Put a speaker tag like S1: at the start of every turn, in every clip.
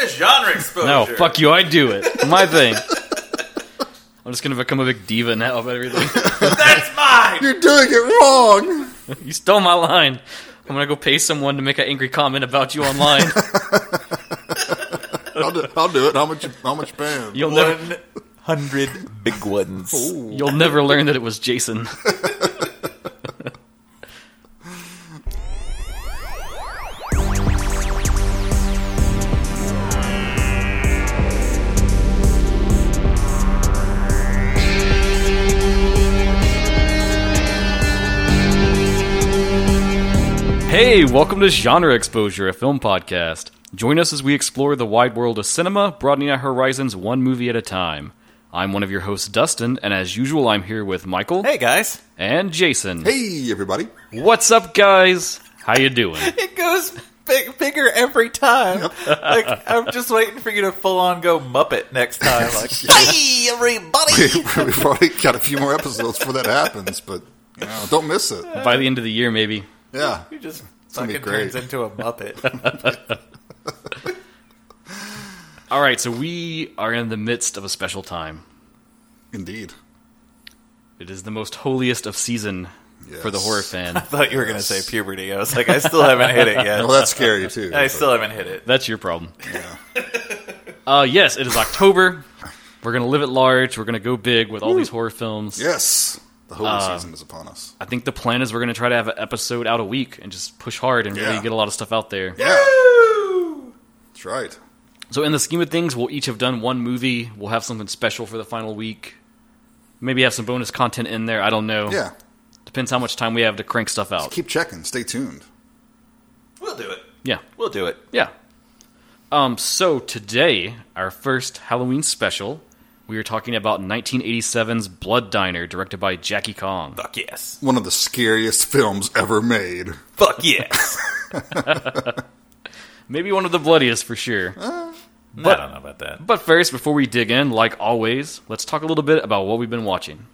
S1: has genre exposure.
S2: No, fuck you. I do it. My thing. I'm just gonna become a big diva now about everything.
S1: That's mine.
S3: You're doing it wrong.
S2: you stole my line. I'm gonna go pay someone to make an angry comment about you online.
S3: I'll do, I'll do it. How much? How much pounds?
S2: You'll never,
S4: One hundred big ones.
S2: you'll never learn that it was Jason. Hey, welcome to Genre Exposure, a film podcast. Join us as we explore the wide world of cinema, broadening our horizons one movie at a time. I'm one of your hosts, Dustin, and as usual, I'm here with Michael
S4: Hey guys,
S2: and Jason.
S3: Hey, everybody.
S2: What's up, guys? How you doing?
S4: it goes big, bigger every time. Like I'm just waiting for you to full on go Muppet next time. Like, hey everybody,
S3: We've already got a few more episodes before that happens, but you know, don't miss it.
S2: By the end of the year, maybe.
S3: Yeah.
S4: you just
S3: gonna be
S4: fucking turns
S3: great.
S4: into a Muppet.
S2: All right, so we are in the midst of a special time.
S3: Indeed.
S2: It is the most holiest of season for the
S3: Yes.
S2: horror fan.
S4: I thought you were gonna say puberty. I was like, I still haven't hit it
S3: Well,
S4: yet.
S3: that's scary too.
S4: I still haven't hit it.
S2: That's your problem. Uh, yes, it is October. We're gonna live it large. We're gonna go big with all these horror films.
S3: Yes. The holy
S4: Uh,
S3: season is upon us.
S2: I think the plan is we're gonna try to have an episode out a week and just push hard and really
S3: Yeah.
S2: get a lot of stuff out there.
S3: Yeah. That's right.
S2: So in the scheme of things, we'll each have done one movie. We'll have something special for the final week. Maybe have some bonus content in there. I don't know.
S3: Yeah.
S2: Depends how much time we have to crank stuff out.
S3: Keep checking. Stay tuned.
S1: We'll do it.
S2: Yeah.
S4: We'll do it.
S2: Yeah. Um, so today, our first Halloween special, we are talking about 1987's Blood Diner, directed by Jackie Kong.
S4: Fuck yes.
S3: One of the scariest films ever made.
S4: Fuck yes.
S2: Maybe one of the bloodiest for sure.
S4: I don't know about that.
S2: But first, before we dig in, like always, let's talk a little bit about what we've been watching.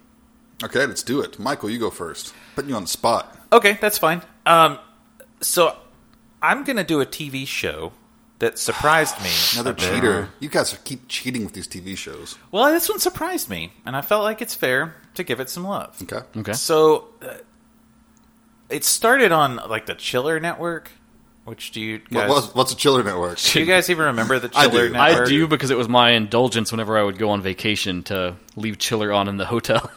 S3: Okay, let's do it. Michael, you go first. Putting you on the spot.
S4: Okay, that's fine. Um, so I'm gonna do a TV show that surprised me.
S3: Another
S4: a bit.
S3: cheater. You guys keep cheating with these TV shows.
S4: Well, this one surprised me, and I felt like it's fair to give it some love.
S3: Okay.
S2: Okay.
S4: So uh, it started on like the Chiller Network, which do you
S3: What,
S4: guys?
S3: what's, what's a chiller network?
S4: do you guys even remember the
S3: I do.
S4: Chiller
S3: I
S4: Network?
S2: I do because it was my indulgence whenever I would go on vacation to leave Chiller on in the hotel,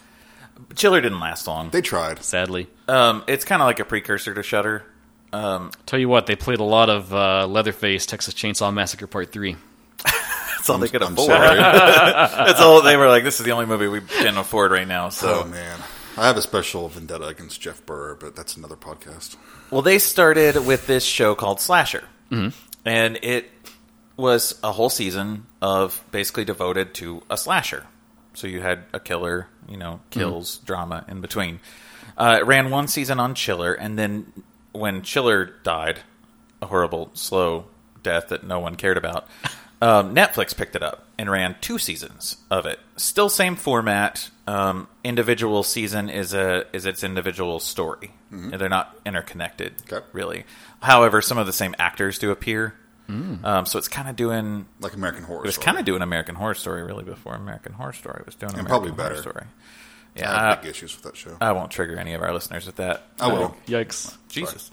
S4: Chiller didn't last long.
S3: They tried.
S2: sadly.
S4: Um, it's kind of like a precursor to Shutter. Um,
S2: Tell you what, they played a lot of uh, Leatherface, Texas Chainsaw Massacre Part 3.
S4: That's all they could
S3: I'm
S4: afford.
S3: sorry.
S4: That's all they were like. This is the only movie we can afford right now. So
S3: oh, man. I have a special vendetta against Jeff Burr, but that's another podcast.
S4: Well, they started with this show called Slasher, and it was a whole season of basically devoted to a slasher. So you had a killer, you know, kills, drama in between. Uh, it ran one season on Chiller, and then when Chiller died, a horrible, slow death that no one cared about, um, Netflix picked it up and ran two seasons of it. Still same format. Um, individual season is a is its individual story. They're not interconnected,
S3: Okay.
S4: really. However, some of the same actors do appear. Um, so it's kind of doing
S3: Like American Horror
S4: it was kind of doing American Horror Story really before American Horror Story was doing American
S3: probably
S4: Horror
S3: better.
S4: Story.
S3: I
S4: Yeah,
S3: have
S4: I,
S3: big issues with that show.
S4: I won't trigger any of our listeners with that.
S3: I will.
S2: Yikes.
S4: Jesus.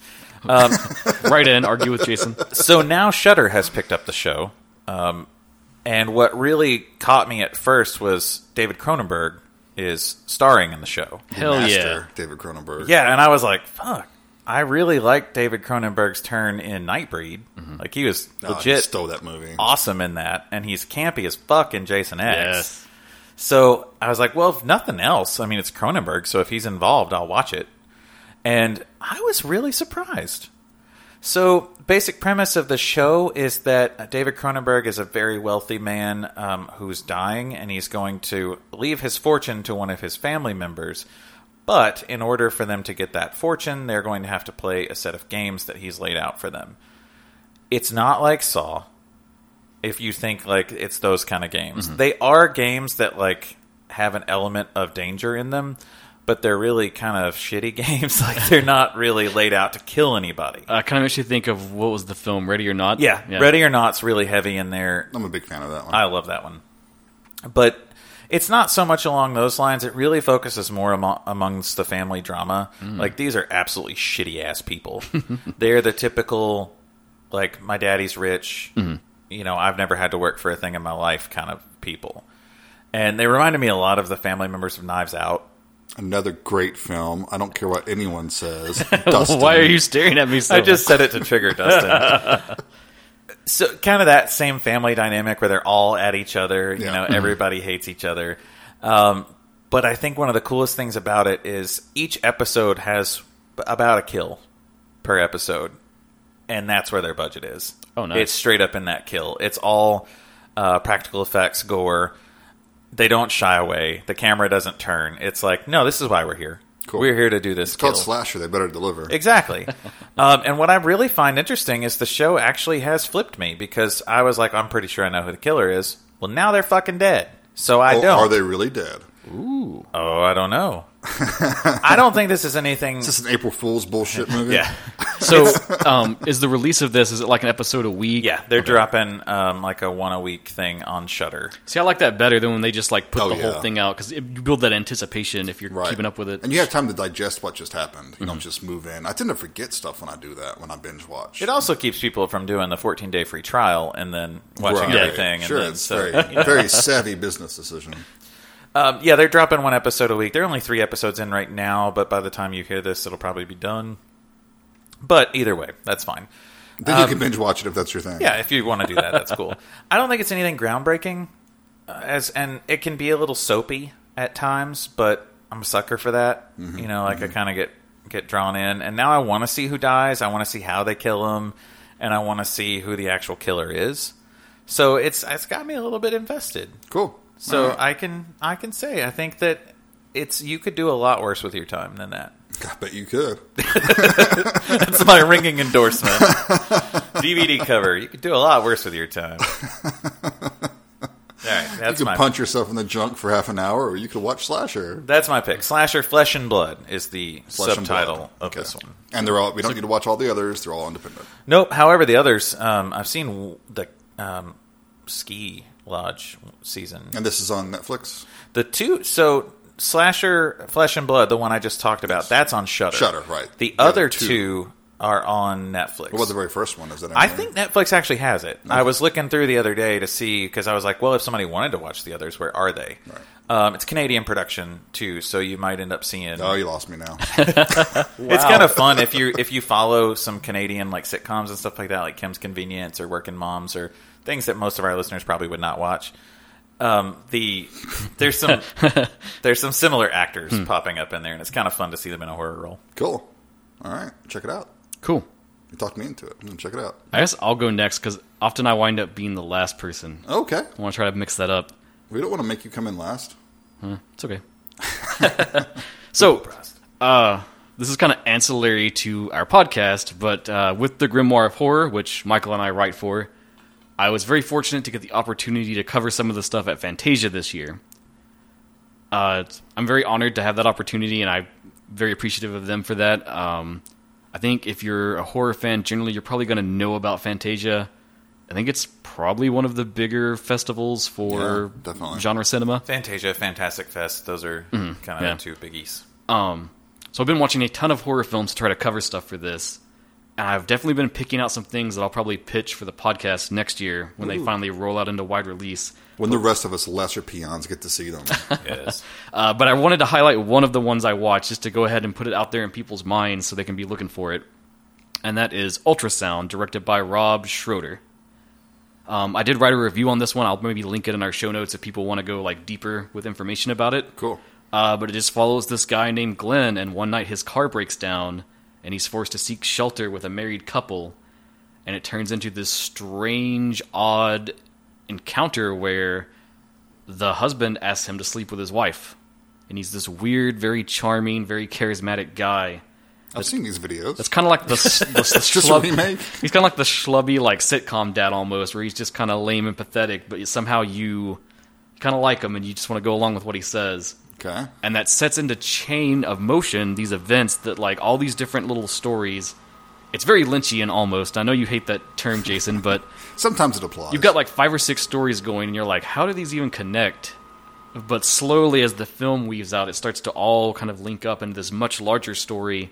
S2: right in, argue with Jason.
S4: so now Shudder has picked up the show, um, and what really caught me at first was David Cronenberg is starring in the show.
S2: Hell yeah.
S3: Master David Cronenberg.
S4: Yeah, and I was like, "Fuck!" I really liked David Cronenberg's turn in Nightbreed. Like he was
S3: Oh, I
S4: legit
S3: stole that movie.
S4: awesome in that, and he's campy as fuck in Jason X.
S2: Yes.
S4: So I was like, well, if nothing else, I mean, it's Cronenberg, so if he's involved, I'll watch it. And I was really surprised. So, basic premise of the show is that David Cronenberg is a very wealthy man um, who's dying, and he's going to leave his fortune to one of his family members. But in order for them to get that fortune, they're going to have to play a set of games that he's laid out for them. It's not like Saw if you think like it's those kind of games. They are games that like have an element of danger in them, but they're really kind of shitty games. like they're not really laid out to kill anybody.
S2: Uh, kind of makes you think of what was the film Ready or Not?
S4: Yeah, Ready or Not's really heavy in there.
S3: I'm a big fan of that one.
S4: I love that one. But it's not so much along those lines. It really focuses more amo- amongst the family drama.
S3: Mm.
S4: Like these are absolutely shitty ass people. They're the typical like my daddy's rich.
S3: Mm-hmm.
S4: You know, I've never had to work for a thing in my life kind of people. And they reminded me a lot of the family members of Knives Out.
S3: Another great film. I don't care what anyone says.
S2: Why are you staring at me? So
S4: I just said it to trigger Dustin. so kind of that same family dynamic where they're all at each other. You
S3: Yeah.
S2: Mm-hmm.
S4: know, everybody hates each other. Um, but I think one of the coolest things about it is each episode has about a kill per episode, and that's where their budget is.
S2: Oh, nice.
S4: It's straight up in that kill. It's all uh, practical effects, gore. They don't shy away. The camera doesn't turn. It's like, no, this is why we're here.
S3: Cool.
S4: We're here to do this.
S3: It's called
S4: kill.
S3: Slasher. They better deliver.
S4: Exactly. um, and what I really find interesting is the show actually has flipped me because I was like, I'm pretty sure I know who the killer is. Well, now they're fucking dead. So I
S3: Oh,
S4: don't.
S3: are they really dead?
S4: oh, I don't know. I don't think this is anything.
S3: Is this an April Fool's bullshit movie?
S4: yeah.
S2: so. Um, is the release of this? Is it like an episode a week?
S4: Yeah, they're dropping um, like a one a week thing on Shutter.
S2: See, I like that better than when they just like put
S3: Oh,
S2: the whole
S3: yeah.
S2: thing out because you build that anticipation if you're
S3: Right.
S2: keeping up with it.
S3: And you have time to digest what just happened. You don't just move in. I tend to forget stuff when I do that, when I binge watch.
S4: It also keeps people from doing the 14 day free trial and then watching
S3: Right.
S4: everything.
S3: Sure,
S4: and then,
S3: it's
S4: so,
S3: very, very savvy business decision.
S4: Um, yeah, they're dropping one episode a week. They're only three episodes in right now, but by the time you hear this, it'll probably be done. But either way, that's fine.
S3: Then you can binge watch it if that's your thing.
S4: Um, Yeah, if you want to do that, that's cool. I don't think it's anything groundbreaking, uh, as and it can be a little soapy at times, but I'm a sucker for that.
S3: Mm-hmm,
S4: You know, like I kind of get get drawn in, and now I want to see who dies. I want to see how they kill him, and I want to see who the actual killer is. So it's it's got me a little bit invested.
S3: Cool.
S4: So
S3: All right.
S4: I can I can say I think that it's you could do a lot worse with your time than that.
S3: I bet you could.
S4: That's my ringing endorsement. DVD cover. You could do a lot worse with your time. All right, that's
S3: You
S4: my
S3: could punch yourself in the junk for half an hour, or you could watch Slasher.
S4: that's my pick. Slasher Flesh and Blood is the
S3: Flesh and
S4: subtitle
S3: Blood.
S4: of
S3: Okay.
S4: this one.
S3: And they're all. We don't need to watch all the others. They're all independent.
S4: Nope. However, the others um, I've seen w- the um, Ski Lodge season.
S3: And this is on Netflix.
S4: The two so slasher Flesh and Blood, the one I just talked about, that's on Shutter.
S3: Shudder, right.
S4: The,
S3: The
S4: other
S3: other
S4: two.
S3: two.
S4: are on Netflix.
S3: What was the very first one? Is that?
S4: I think Netflix actually has it. I was looking through the other day to see because I was like, well, if somebody wanted to watch the others, where are they?
S3: Right.
S4: Um, it's Canadian production too, so you might end up seeing.
S3: Oh, you lost me now.
S4: It's kind of fun if you if you follow some Canadian like sitcoms and stuff like that, like Kim's Convenience or Working Moms or things that most of our listeners probably would not watch. Um, the there's some there's some similar actors
S3: Hmm.
S4: popping up in there, and it's kind of fun to see them in a horror role.
S3: cool. All right, check it out.
S2: Cool.
S3: You talked me into it. I'm gonna check it out.
S2: I guess I'll go next because often I wind up being the last person.
S3: Okay.
S2: I want to try to mix that up.
S3: We don't want to make you come in last.
S2: It's okay. so, uh, this is kind of ancillary to our podcast, but uh, with the Grimoire of Horror, which Michael and I write for, I was very fortunate to get the opportunity to cover some of the stuff at Fantasia this year. Uh, it's- I'm very honored to have that opportunity, and I'm very appreciative of them for that. Um, I think if you're a horror fan, generally, you're probably going to know about Fantasia. I think it's probably one of the bigger festivals for
S3: Yeah, definitely.
S2: genre cinema.
S4: Fantasia, Fantastic Fest, those are
S3: Mm-hmm.
S4: kind of
S2: yeah.
S4: the two biggies.
S2: Um, so I've been watching a ton of horror films to try to cover stuff for this, and I've definitely been picking out some things that I'll probably pitch for the podcast next year when they finally roll out into wide release.
S3: When the rest of us lesser peons get to see them.
S4: Yes.
S2: Uh, but I wanted to highlight one of the ones I watched just to go ahead and put it out there in people's minds so they can be looking for it, and that is Ultrasound, directed by Rob Schroeder. Um, I did write a review on this one. I'll maybe link it in our show notes if people want to go like deeper with information about it.
S3: cool.
S2: Uh, but it just follows this guy named Glenn, and one night his car breaks down, and he's forced to seek shelter with a married couple, and it turns into this strange, odd encounter where the husband asks him to sleep with his wife, and he's this weird, very charming, very charismatic guy.
S3: I've seen these videos.
S2: It's kind of like the, s- the, the
S3: Just a
S2: schlub-
S3: remake?
S2: He's kind of like the schlubby like sitcom dad almost, where he's just kind of lame and pathetic, but somehow you kind of like him and you just want to go along with what he says.
S3: Okay.
S2: and that sets into chain of motion these events that like all these different little stories it's very lynchian almost i know you hate that term jason but
S3: Sometimes it applies.
S2: you've got like five or six stories going and you're like how do these even connect but slowly as the film weaves out it starts to all kind of link up into this much larger story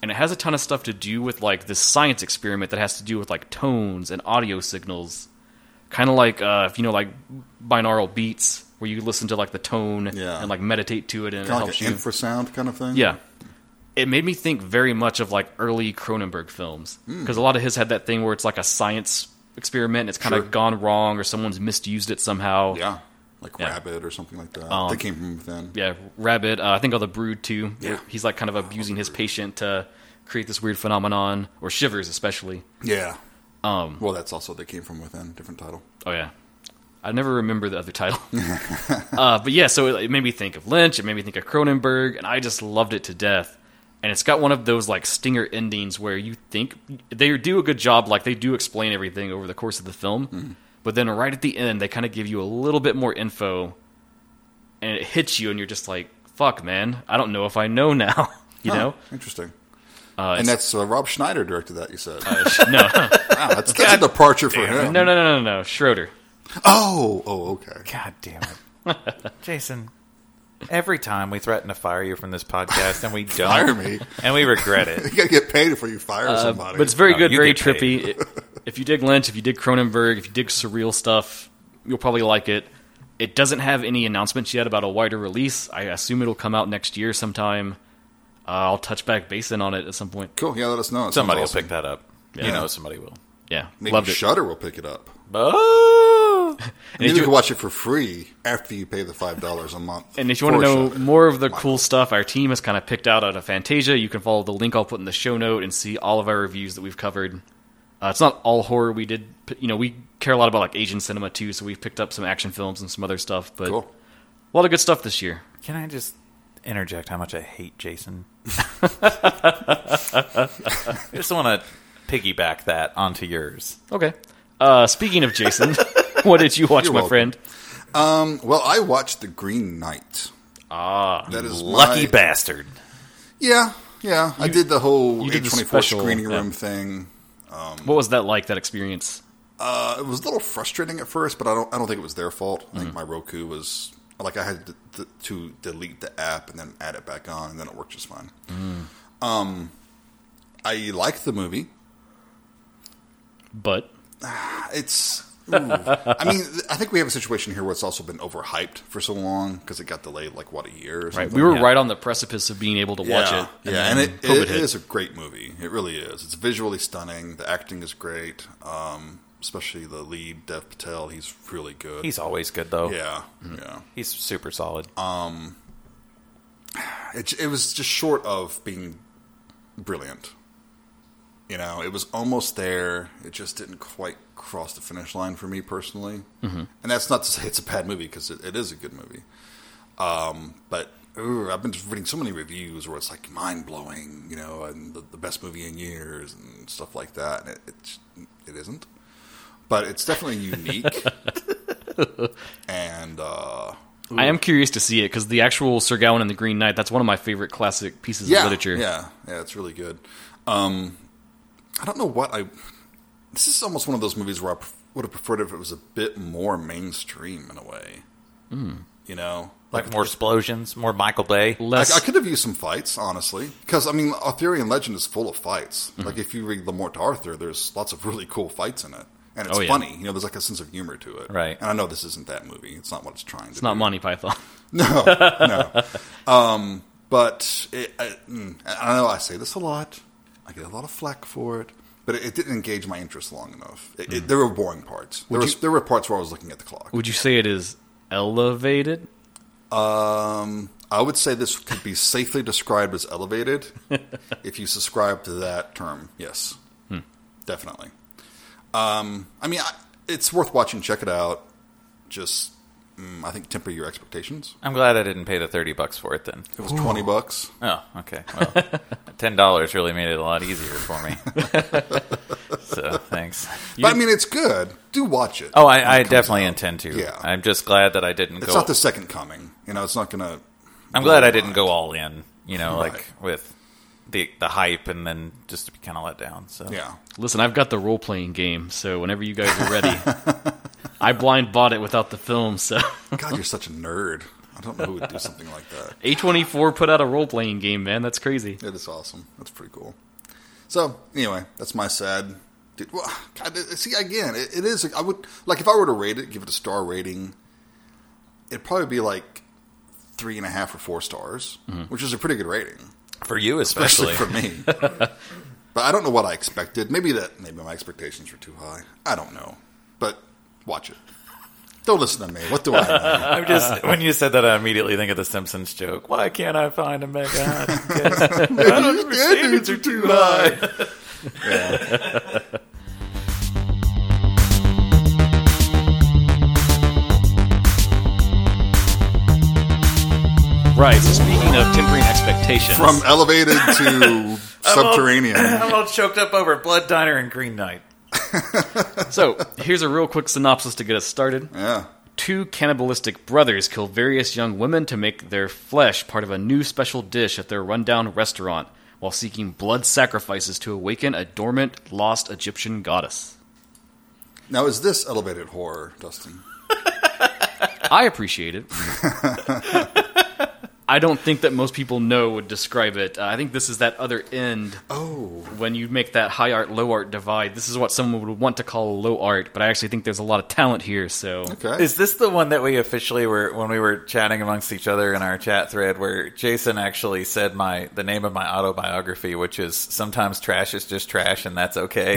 S2: and it has a ton of stuff to do with like this science experiment that has to do with like tones and audio signals kind of like uh, if you know like binaural beats where you listen to like the tone
S3: Yeah.
S2: and like meditate to it and it
S3: kind of
S2: helps
S3: like an
S2: you
S3: infrasound kind of thing.
S2: yeah. It made me think very much of like early Cronenberg films
S3: Hmm.
S2: because a lot of his had that thing where it's like a science experiment and it's kind
S3: Sure.
S2: of gone wrong or someone's misused it somehow.
S3: Yeah. Like
S2: Yeah. Um,
S3: rabbit or something like that. they came from within.
S2: Yeah, Rabbit. Uh, I think of the Brood too. where
S3: Yeah.
S2: He's like kind of abusing his patient to create this weird phenomenon or Shivers especially.
S3: Yeah. Um, well, that's also they came from within. Different title.
S2: Oh yeah, I never remember the other title. uh, but yeah, so it, it made me think of Lynch. It made me think of Cronenberg, and I just loved it to death. And it's got one of those like stinger endings where you think they do a good job, like they do explain everything over the course of the film, but then right at the end they kind of give you a little bit more info, and it hits you, and you're just like, "Fuck, man, I don't know if I know now." You
S3: Huh,
S2: know?
S3: Interesting. and that's uh, Rob Schneider directed that. You said.
S2: No,
S3: wow, that's, that's a departure for him.
S2: Uh, no, no, no, no, no. Schroeder.
S3: Oh, oh, okay.
S4: God damn it, Jason. Every time we threaten to fire you from this podcast, and we don't,
S3: Fire me.
S4: and we regret it.
S3: You gotta get paid before you fire somebody.
S2: Uh, But it's very
S4: No,
S2: good,
S4: you
S2: very
S4: get paid.
S2: trippy. I- if you dig Lynch, if you dig Cronenberg, if you dig surreal stuff, you'll probably like it. It doesn't have any announcements yet about a wider release. I assume it'll come out next year sometime. Uh, I'll touch back basin on it at some point.
S3: cool. Yeah, let us know. It sounds
S4: Somebody will
S3: awesome.
S4: pick that up. You know, somebody will.
S2: Yeah,
S3: Maybe
S2: loved it.
S3: Shutter will pick it up.
S4: Oh,
S3: Maybe
S2: you-
S3: you can watch it for free after you pay the five dollars a month.
S2: And if you want to
S3: for
S2: know
S3: Shudder.
S2: more of the cool stuff our team has kind of picked out out of Fantasia, you can follow the link I'll put in the show note and see all of our reviews that we've covered. Uh, it's not all horror. We did, p- you know, we care a lot about like Asian cinema too, so we've picked up some action films and some other stuff. But
S3: cool.
S2: a lot of good stuff this year.
S4: can I just interject how much I hate Jason? I just want to piggyback that onto yours.
S2: Okay. Uh, speaking of Jason, what did you watch,
S3: You're
S2: my
S3: welcome.
S2: friend?
S3: Well, I watched The Green Knight. Ah, that is
S4: Lucky
S3: my-
S4: bastard.
S3: Yeah, yeah. I did the whole
S2: you did the
S3: twenty four
S2: special,
S3: screening
S2: yeah.
S3: room thing. Uh,
S2: What was that like? That experience?
S3: it was a little frustrating at first, but I don't I don't think it was their fault. I
S2: Mm-hmm.
S3: think my Roku was like I had to, to, to delete the app and then add it back on, and then it worked just fine.
S2: Mm.
S3: Um, I liked the movie.
S2: But
S3: It's ooh. I mean th- I think we have a situation here where it's also been overhyped for so long because it got delayed like what a year. Or
S2: right,
S3: something.
S2: we were
S4: Yeah.
S2: right on the precipice of being able to watch
S3: yeah,
S2: it.
S3: yeah, and
S2: then
S3: it,
S2: COVID
S3: it
S2: hit.
S3: is a great movie. It really is. It's visually stunning. The acting is great. Um, especially the lead Dev Patel. He's really good.
S4: He's always good though.
S3: yeah, yeah.
S4: He's super solid.
S3: it, it was just short of being brilliant. You know, it was almost there. It just didn't quite cross the finish line for me personally. Mm-hmm. And that's not to say it's a bad movie because it, it is a good movie. Um, but ooh, I've been just reading so many reviews where it's like mind blowing, you know, and the, the best movie in years and stuff like that. And it, it, just- it isn't. But it's definitely unique. and uh,
S2: I am curious to see it because the actual Sir Gawain and the Green Knight. That's one of my favorite classic pieces
S3: yeah,
S2: of literature.
S3: Yeah, yeah, it's really good. Um, I don't know what I. This is almost one of those movies where I pref- would have preferred if it was a bit more mainstream in a way.
S2: Hmm.
S3: You know,
S4: like more explosions, more Michael Bay.
S2: Less.
S3: I, I could have used some fights, honestly, because I mean, Arthurian legend is full of fights.
S2: Hmm.
S3: Like if you read Lamort Arthur, there's lots of really cool fights in it, and it's
S2: Oh, yeah.
S3: funny. You know, there's like a sense of humor to it.
S4: Right.
S3: And I know this isn't that movie. It's not what it's trying to.
S2: it's not Monty Python.
S3: No, no. Um, but it, I, mm, I know I say this a lot. I get a lot of flack for it, but it, it didn't engage my interest long enough. It, it, there were boring parts. Mm. There, was, there were parts where I was looking at the clock.
S2: Would you say it is elevated?
S3: Um, I would say this could be safely described as elevated if you subscribe to that term. Yes, definitely. Um, I mean, I, it's worth watching. Check it out. Just, mm, I think temper your expectations.
S4: I'm glad I didn't pay the thirty bucks for it then.
S3: It was twenty bucks.
S4: Oh, okay. Well, ten dollars really made it a lot easier for me. so thanks.
S3: but I mean, it's good. Do watch it.
S4: Oh, I, I definitely intend to.
S3: Yeah.
S4: I'm just glad that I didn't
S3: It's
S4: go.
S3: not the second coming. You know, it's not going to.
S4: I'm glad I didn't go all in, you know, like with the the hype and then just to be kind of let down. So
S3: Yeah.
S2: Listen, I've got the role playing game, so whenever you guys are ready, I blind bought it without the film. So
S3: God, you're such a nerd. I don't know who would do something like that.
S2: A24 put out a role playing game, man. That's crazy.
S3: It is awesome. That's pretty cool. So anyway, that's my sad. Dude, well, God, it- see again, it, it is. I would like if I were to rate it, give it a star rating. It'd probably be like three and a half or four stars, which is a pretty good rating,
S4: for you especially.
S3: especially for me. but I don't know what I expected. Maybe that maybe my expectations were too high. I don't know. But watch it. Don't listen to me. What do I know?
S4: I'm just when you said that, I immediately think of the Simpsons joke. Why can't I find a mega hot?
S3: Your standards are too high.
S2: Right. So speaking of tempering expectations,
S3: From elevated to subterranean.
S4: I'm all choked up over Blood Diner and Green Knight.
S2: so here's a real quick synopsis to get us started.
S3: Yeah.
S2: Two cannibalistic brothers kill various young women to make their flesh part of a new special dish at their rundown restaurant, while seeking blood sacrifices to awaken a dormant, lost Egyptian goddess.
S3: Now, is this elevated horror, Dustin?
S2: I appreciate it. I don't think that most people know would describe it. Uh, I think this is that other end.
S3: Oh,
S2: When you make that high art, low art divide, this is what someone would want to call low art, but I actually think there's a lot of talent here, so.
S3: okay.
S4: Is this the one that we officially were when we were chatting amongst each other in our chat thread where Jason actually said my the name of my autobiography, which is sometimes trash is just trash and that's okay,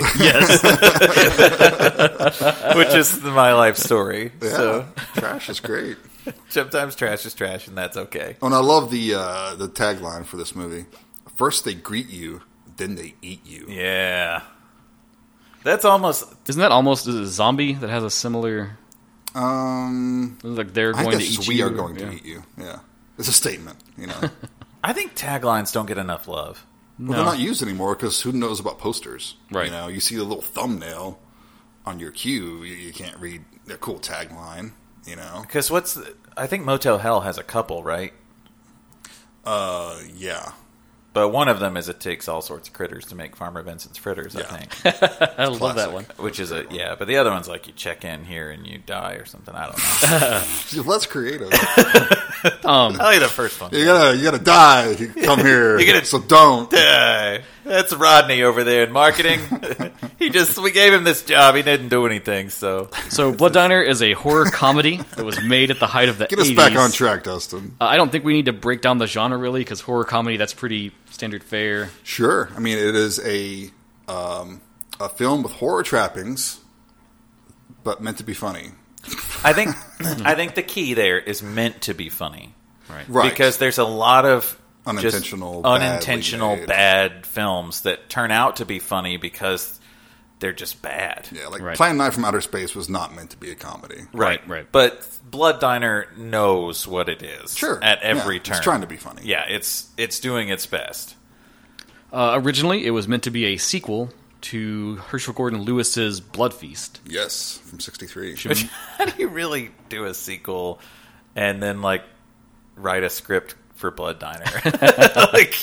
S2: Yes.
S4: which is the- my life story.
S3: yeah.
S4: So
S3: trash is great.
S4: sometimes trash is trash and that's okay.
S3: Oh, and I love the uh, the tagline for this movie. First they greet you, then they eat you.
S4: Yeah, that's almost
S2: Isn't that almost is it a zombie that has a similar.
S3: Um,
S2: Like they're
S3: I
S2: going
S3: guess
S2: to eat
S3: we
S2: you.
S3: are going
S2: yeah.
S3: to eat you. Yeah, it's a statement. You know, well,
S4: I think taglines don't get enough love.
S3: they're not used anymore because who knows about posters?
S2: Right.
S3: You know, you see the little thumbnail on your cue, you, you can't read their cool tagline. You know,
S4: Because what's the, I think Motel Hell has a couple, right?
S3: uh, yeah,
S4: But one of them is it takes all sorts of critters to make Farmer Vincent's fritters,
S3: Yeah.
S4: I think,
S2: I love that
S3: Classic.
S2: one.
S4: which is a yeah. But the other one's like you check in here and you die or something. I don't know.
S3: Less creative.
S2: Um,
S4: I like the first one.
S3: you gotta, you gotta die. if You come here.
S4: You gotta
S3: so don't.
S4: Die. That's Rodney over there in marketing. he just we gave him this job. He didn't do anything. So
S2: So, Blood Diner is a horror comedy that was made at the height of the
S3: Get us
S2: 80s.
S3: back on track, Dustin.
S2: Uh, I don't think we need to break down the genre really, because horror comedy, that's pretty standard fare.
S3: Sure. I mean, it is a um, a film with horror trappings, but meant to be funny.
S4: I think I think the key there is meant to be funny.
S2: Right.
S3: Right.
S4: because there's a lot of just
S3: Unintentional, badly
S4: unintentional
S3: made.
S4: bad films that turn out to be funny because they're just bad.
S3: yeah, like
S2: Right.
S3: Plan 9 from Outer Space was not meant to be a comedy.
S2: Right, right.
S4: But Blood Diner knows what it is.
S3: Sure.
S4: At every
S3: Yeah,
S4: turn.
S3: It's trying to be funny.
S4: Yeah, it's it's doing its best.
S2: Uh, originally, it was meant to be a sequel to Herschel Gordon Lewis's Blood Feast.
S3: Yes, from 63.
S4: How do you really do a sequel and then like write a script for Blood Diner? like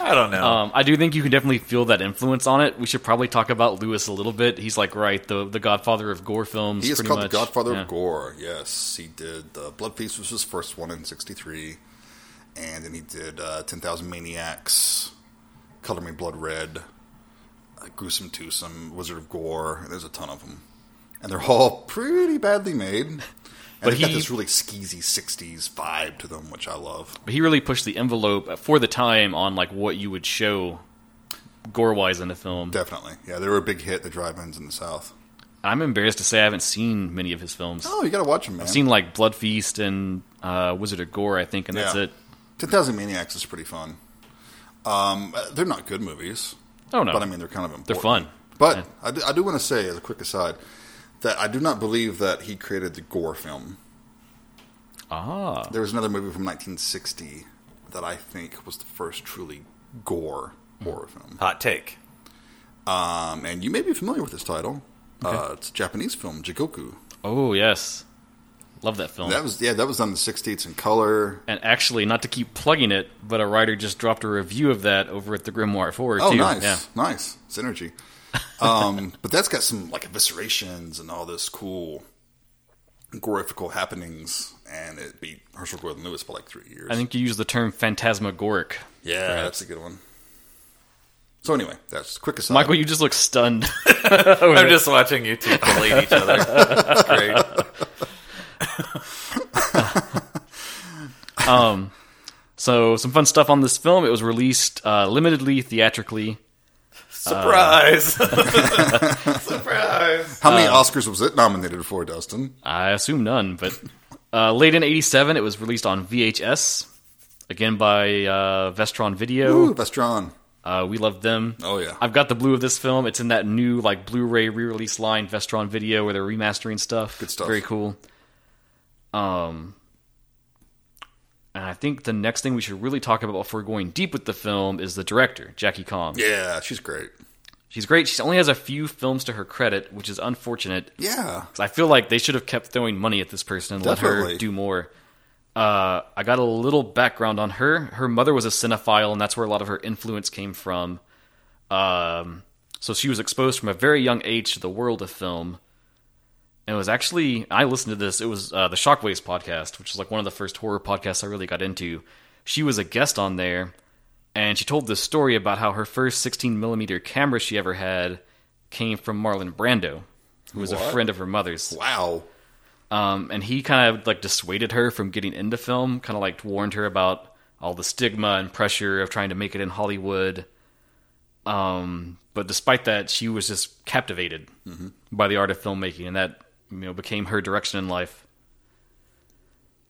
S4: I don't know.
S2: Um, I do think you can definitely feel that influence on it. We should probably talk about Lewis a little bit. He's like right the the Godfather of gore films.
S3: He is
S2: pretty
S3: called
S2: much.
S3: the Godfather
S2: Yeah.
S3: of Gore. Yes, he did. Uh, Blood Feast was his first one in 63. And then he did uh, 10,000 Maniacs, Color Me Blood Red, uh, Gruesome Twosome, Wizard of Gore. There's a ton of them. And they're all pretty badly made.
S2: But
S3: And they've got
S2: he-
S3: this really skeezy 60s vibe to them, which I love.
S2: But he really pushed the envelope for the time on like what you would show gore wise in a film.
S3: Definitely. Yeah, they were a big hit, the drive ins in the South.
S2: I'm embarrassed to say I haven't seen many of his films.
S3: Oh, you got to watch them, man.
S2: I've seen like Blood Feast and uh, Wizard of Gore, I think, and that's
S3: Yeah.
S2: it.
S3: Ten Thousand Maniacs is pretty fun. Um, uh, they're not good movies,
S2: I don't know.
S3: but I mean they're kind of important.
S2: Oh, They're fun.
S3: But I do, I do want to say, as a quick aside, that I do not believe that he created the gore film.
S2: ah,
S3: There was another movie from 1960 that I think was the first truly gore
S2: Hmm.
S3: horror film.
S4: Hot take.
S3: Um, and you may be familiar with this title. Uh, it's a Japanese film, Jigoku.
S2: oh yes, Love that film.
S3: That was yeah, that was on the 16th in color.
S2: and actually, not to keep plugging it, but a writer just dropped a review of that over at the Grimoire Forward
S3: Oh,
S2: too.
S3: nice,
S2: Yeah.
S3: nice synergy. Um, but that's got some like eviscerations and all this cool, glorifical happenings, and it beat Herschel Gordon Lewis by like three years.
S2: I think you used the term phantasmagoric.
S3: yeah, that's a good one. So anyway, that's quick aside.
S2: Michael, you just look stunned.
S4: I'm just watching you two belate each other. It's great.
S2: so, some fun stuff on this film. It was released uh, limitedly theatrically.
S4: Surprise! Surprise!
S3: how
S2: uh,
S3: many Oscars was it nominated for, Dustin?
S2: I assume none, but uh, late in '87, it was released on VHS, again by uh, Vestron Video.
S3: Ooh, Vestron.
S2: Uh, we love them.
S3: Oh, yeah.
S2: I've got the blue of this film. It's in that new like Blu-ray re-release line, Vestron Video, where they're remastering stuff.
S3: Good stuff.
S2: Very cool. Um, and I think the next thing we should really talk about before going deep with the film is the director, Jackie Kong.
S3: Yeah, she's great.
S2: She's great. She only has a few films to her credit, which is unfortunate.
S3: Yeah,
S2: 'Cause I feel like they should have kept throwing money at this person and let her
S3: Definitely.
S2: do more. Uh, I got a little background on her. Her mother was a cinephile, and that's where a lot of her influence came from. Um, so she was exposed from a very young age to the world of film. And it was actually, I listened to this, it was uh, the Shockwaves podcast, which is like one of the first horror podcasts I really got into. She was a guest on there, and she told this story about how her first 16 millimeter camera she ever had came from Marlon Brando, who was a
S3: What?
S2: friend of her mother's
S3: wow.
S2: um, and he kind of like dissuaded her from getting into film, kind of like warned her about all the stigma and pressure of trying to make it in Hollywood. Um, but despite that, she was just captivated by the art of filmmaking, and that you know became her direction in life.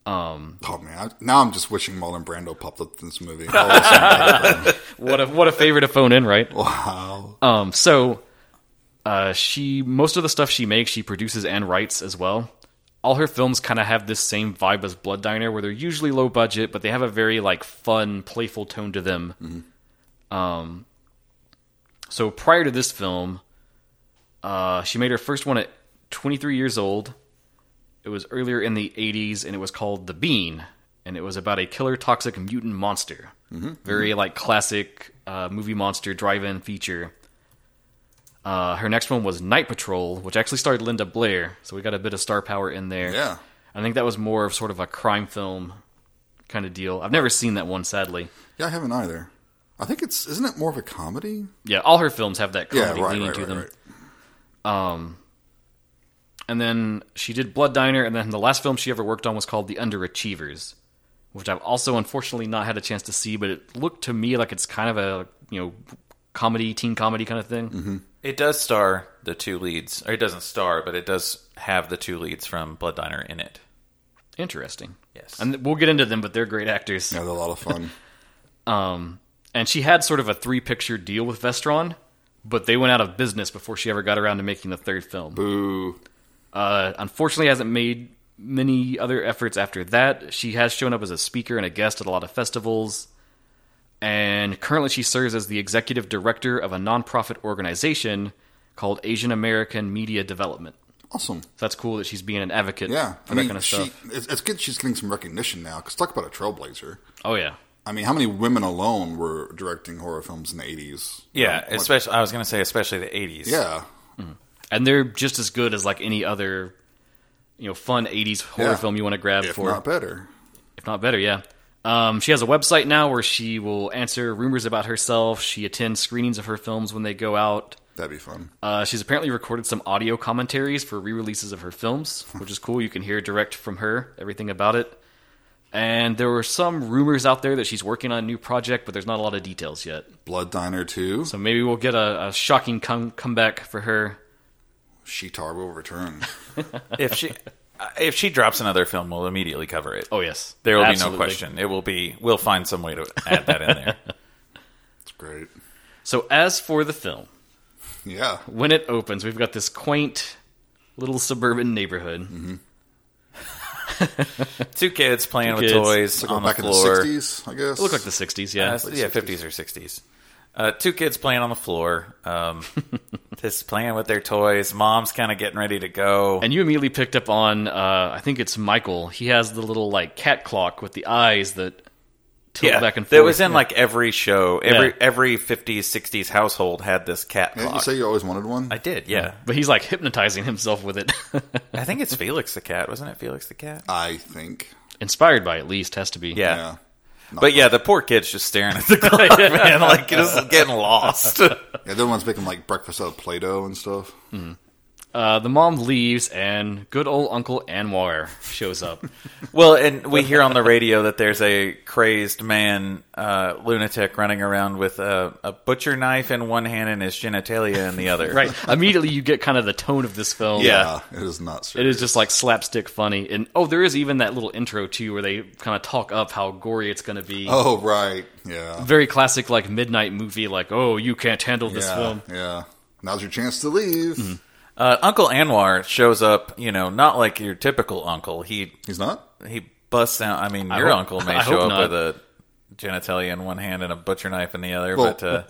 S3: Oh man, I, now I'm just wishing Marlon Brando popped up in this movie. Oh,
S2: What a what a favorite to phone in, right?
S3: wow.
S2: Um, so uh, she most of the stuff she makes, she produces and writes as well. All her films kind of have this same vibe as Blood Diner, where they're usually low budget, but they have a very like fun, playful tone to them. Um, so prior to this film, uh, she made her first one at 23 years old. It was earlier in the 80s, and it was called The Bean, and it was about a killer, toxic mutant monster.
S3: Mm-hmm.
S2: Very like classic uh, movie monster drive-in feature. Uh, her next one was Night Patrol, which actually starred Linda Blair, so we got a bit of star power in there.
S3: Yeah.
S2: I think that was more of sort of a crime film kind of deal. I've never seen that one, sadly.
S3: Yeah, I haven't either. I think it's isn't it more of a comedy?
S2: Yeah, all her films have that
S3: Yeah,
S2: comedy
S3: right,
S2: leaning
S3: right,
S2: to
S3: right,
S2: them.
S3: right.
S2: And then she did Blood Diner, and then the last film she ever worked on was called The Underachievers, which I've also unfortunately not had a chance to see, but it looked to me like it's kind of a you know comedy, teen comedy kind of thing.
S4: It does star the two leads, or it doesn't star, but it does have the two leads from Blood Diner in it.
S2: Interesting.
S4: Yes.
S2: And we'll get into them, but they're great actors. Um,
S3: Yeah, they're a lot of fun.
S2: And she had sort of a three picture deal with Vestron, but they went out of business before she ever got around to making the third film.
S3: Boo.
S2: Uh, unfortunately, hasn't made many other efforts after that. She has shown up as a speaker and a guest at a lot of festivals, and currently she serves as the executive director of a nonprofit organization called Asian American Media Development.
S3: Awesome.
S2: So that's cool that she's being an advocate
S3: Yeah.
S2: for
S3: I mean,
S2: that kind of
S3: she,
S2: stuff.
S3: It's, it's good she's getting some recognition now because talk about a trailblazer.
S2: Oh yeah,
S3: I mean, how many women alone were directing horror films in the 80s?
S4: Yeah,
S3: Like,
S4: especially I was going to say especially the 80s.
S3: yeah.
S2: and they're just as good as like any other, you know, fun '80s horror
S3: Yeah.
S2: film you want to grab
S3: If
S2: for
S3: not better.
S2: if not better, yeah. Um, she has a website now where she will answer rumors about herself. She attends screenings of her films when they go out.
S3: That'd be fun.
S2: Uh, she's apparently recorded some audio commentaries for re-releases of her films, which is cool. You can hear direct from her everything about it. And there were some rumors out there that she's working on a new project, but there's not a lot of details yet.
S3: Blood Diner 2.
S2: So maybe we'll get a, a shocking come, comeback for her.
S3: Sheetar will return.
S4: If she if she drops another film, we'll immediately cover it.
S2: Oh yes,
S4: there will be
S2: Absolutely.
S4: no question. It will be we'll find some way to add that in there.
S3: It's great.
S2: So as for the film,
S3: Yeah.
S2: when it opens, we've got this quaint little suburban neighborhood.
S4: two kids playing with
S2: kids.
S4: toys
S3: It's like
S4: on the
S3: back
S4: floor.
S3: in the 60s, I guess.
S2: It looked like the '60s, yeah.
S4: Uh, yeah, 50s or 60s. Uh, two kids playing on the floor, um, just playing with their toys. Mom's kind of getting ready to go.
S2: And you immediately picked up on, uh, I think it's Michael. He has the little like cat clock with the eyes that tilt back and forth.
S4: That was in like every show. Every
S2: Yeah.
S4: every 50s, 60s household had this cat
S3: Didn't
S4: clock.
S3: you say you always wanted one?
S4: I did, yeah.
S2: But he's like hypnotizing himself with it.
S4: I think it's Felix the cat, wasn't it? Felix the cat.
S3: I think.
S2: Inspired by it, at least has to be.
S4: Yeah.
S3: Yeah.
S4: But yeah, the poor kid's just staring at the clock, man, like just getting lost.
S3: Yeah, they're the ones making like breakfast out of Play Doh and stuff.
S2: Uh, the mom leaves, and good old Uncle Anwar shows up.
S4: well, and we hear on the radio that there's a crazed man, uh, lunatic, running around with a, a butcher knife in one hand and his genitalia in the other.
S2: right. Immediately, you get kind of the tone of this film.
S4: Yeah.
S3: it is not
S2: It
S3: serious.
S2: is just like slapstick funny. And oh, there is even that little intro, too, where they kind of talk up how gory it's going to be.
S3: Oh, right. Yeah.
S2: Very classic, like midnight movie, like, oh, you can't handle this
S3: yeah.
S2: film.
S3: Yeah. Now's your chance to leave.
S4: Uh, uncle Anwar shows up. You know, not like your typical uncle. He
S3: He's not?
S4: he busts out. I mean, your
S2: hope-
S4: uncle may
S2: I
S4: show up
S2: hope not.
S4: with a genitalia in one hand and a butcher knife in the other,
S3: Well-
S4: but uh,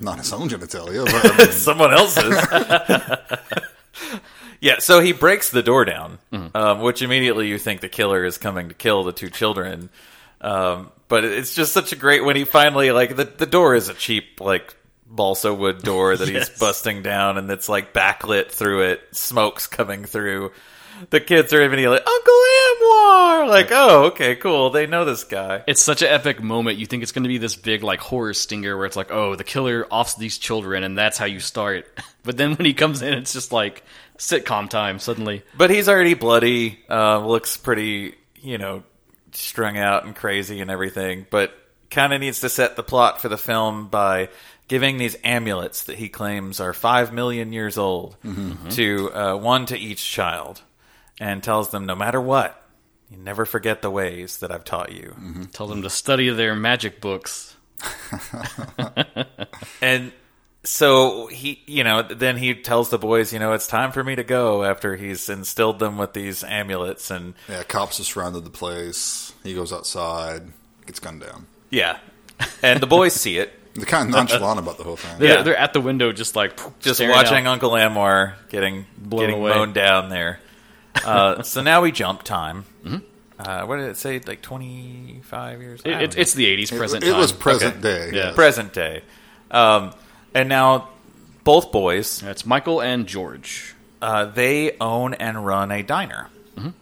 S3: Not his own genitalia. But, I mean,
S4: someone else's. yeah, so he breaks the door down, um, which immediately you think the killer is coming to kill the two children. Um, but it's just such a great when he finally like the the door is a cheap like balsa wood door that
S2: Yes.
S4: he's busting down, and it's like backlit through it, smoke's coming through. The kids are immediately like, Uncle Anwar, like, oh, okay, cool. They know this guy.
S2: It's such an epic moment. You think it's going to be this big, like, horror stinger where it's like, oh, the killer offs these children, and that's how you start. But then when he comes in, it's just like sitcom time suddenly.
S4: But he's already bloody. Uh, looks pretty, you know, strung out and crazy and everything. But kind of needs to set the plot for the film by giving these amulets that he claims are five million years old to uh, one to each child, and tells them no matter what, you never forget the ways that I've taught you.
S2: Tell them to study their magic books.
S4: And so he, you know, then he tells the boys, you know, it's time for me to go after he's instilled them with these amulets and.
S3: yeah, cops have surrounded the place. He goes outside, gets gunned down.
S4: Yeah. And the boys see it.
S3: They're kind of nonchalant about the whole thing.
S2: They're,
S4: Yeah.
S2: they're at the window just like poof,
S4: Just
S2: staring
S4: watching
S2: out.
S4: Uncle Amor getting
S2: Blown
S4: getting
S2: away.
S4: mown down there. Uh, so now we jump time. Uh, what did it say? Like twenty five years. I
S2: It,
S4: don't
S2: it's
S4: know.
S2: it's the 80s
S3: It-
S2: present
S3: it,
S2: time.
S3: was present day.
S2: Yeah.
S4: present day. Um, and now both boys
S2: That's Michael and George.
S4: uh, they own and run a diner,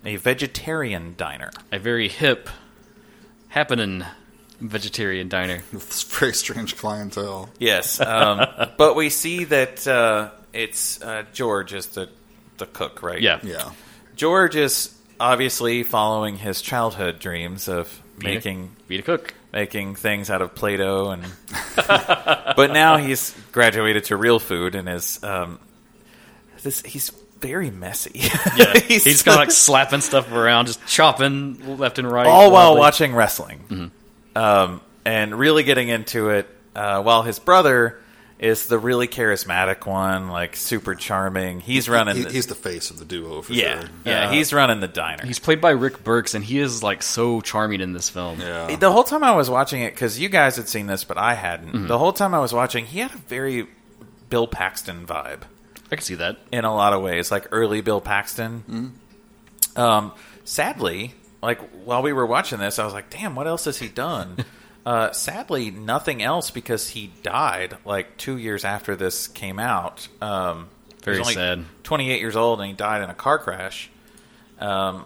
S4: a vegetarian diner.
S2: A very hip, happening vegetarian diner.
S3: It's very strange clientele.
S4: Yes, um, but we see that uh, it's uh, George is the the cook, right?
S2: Yeah.
S3: Yeah.
S4: George is obviously following his childhood dreams of
S2: Vita-
S4: making
S2: Vita Cook.
S4: making things out of Play-Doh, and but now he's graduated to real food and is um, this he's very messy.
S2: Yeah. he's kind of like slapping stuff around, just chopping left and right.
S4: all while
S2: wildly. Mm-hmm.
S4: watching wrestling, um, and really getting into it. Uh, while his brother is the really charismatic one, like super charming. He's running.
S3: He,
S4: the,
S3: he's the face of the duo for
S4: yeah,
S3: sure.
S4: yeah,
S2: Uh,
S4: he's running the diner.
S2: He's played by Rick Burks, and he is like so charming in this film.
S3: Yeah.
S4: The whole time I was watching it, because you guys had seen this, but I hadn't.
S2: Mm-hmm.
S4: The whole time I was watching, he had a very Bill Paxton vibe
S2: I can see that.
S4: in a lot of ways, like early Bill Paxton. Um, sadly, like while we were watching this, I was like, "Damn, what else has he done?" uh, sadly, nothing else because he died like two years after this came out. Um, he was
S2: Very
S4: only
S2: sad.
S4: Twenty-eight years old, and he died in a car crash.
S3: yeah,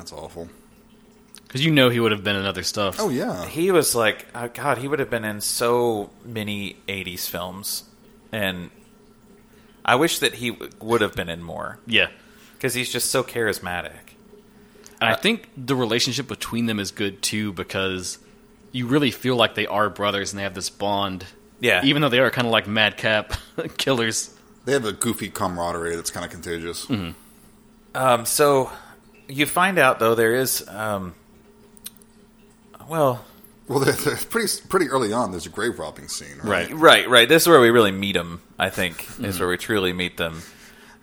S3: it's awful.
S2: Because you know he would have been in other stuff.
S3: Oh, yeah.
S4: he was like oh god he would have been in so many 80s films and i wish that he w- would have been in more
S2: yeah.
S4: because he's just so charismatic
S2: And I think the relationship between them is good too because you really feel like they are brothers and they have this bond.
S4: Yeah.
S2: Even though they are kind of like madcap killers.
S3: They have a goofy camaraderie that's kind of contagious.
S4: um, so you find out though there is um, well
S3: Well, they're, they're pretty pretty early on. There's a grave robbing scene, right?
S4: right right this is where we really meet them i think is
S3: Mm-hmm.
S4: where we truly meet them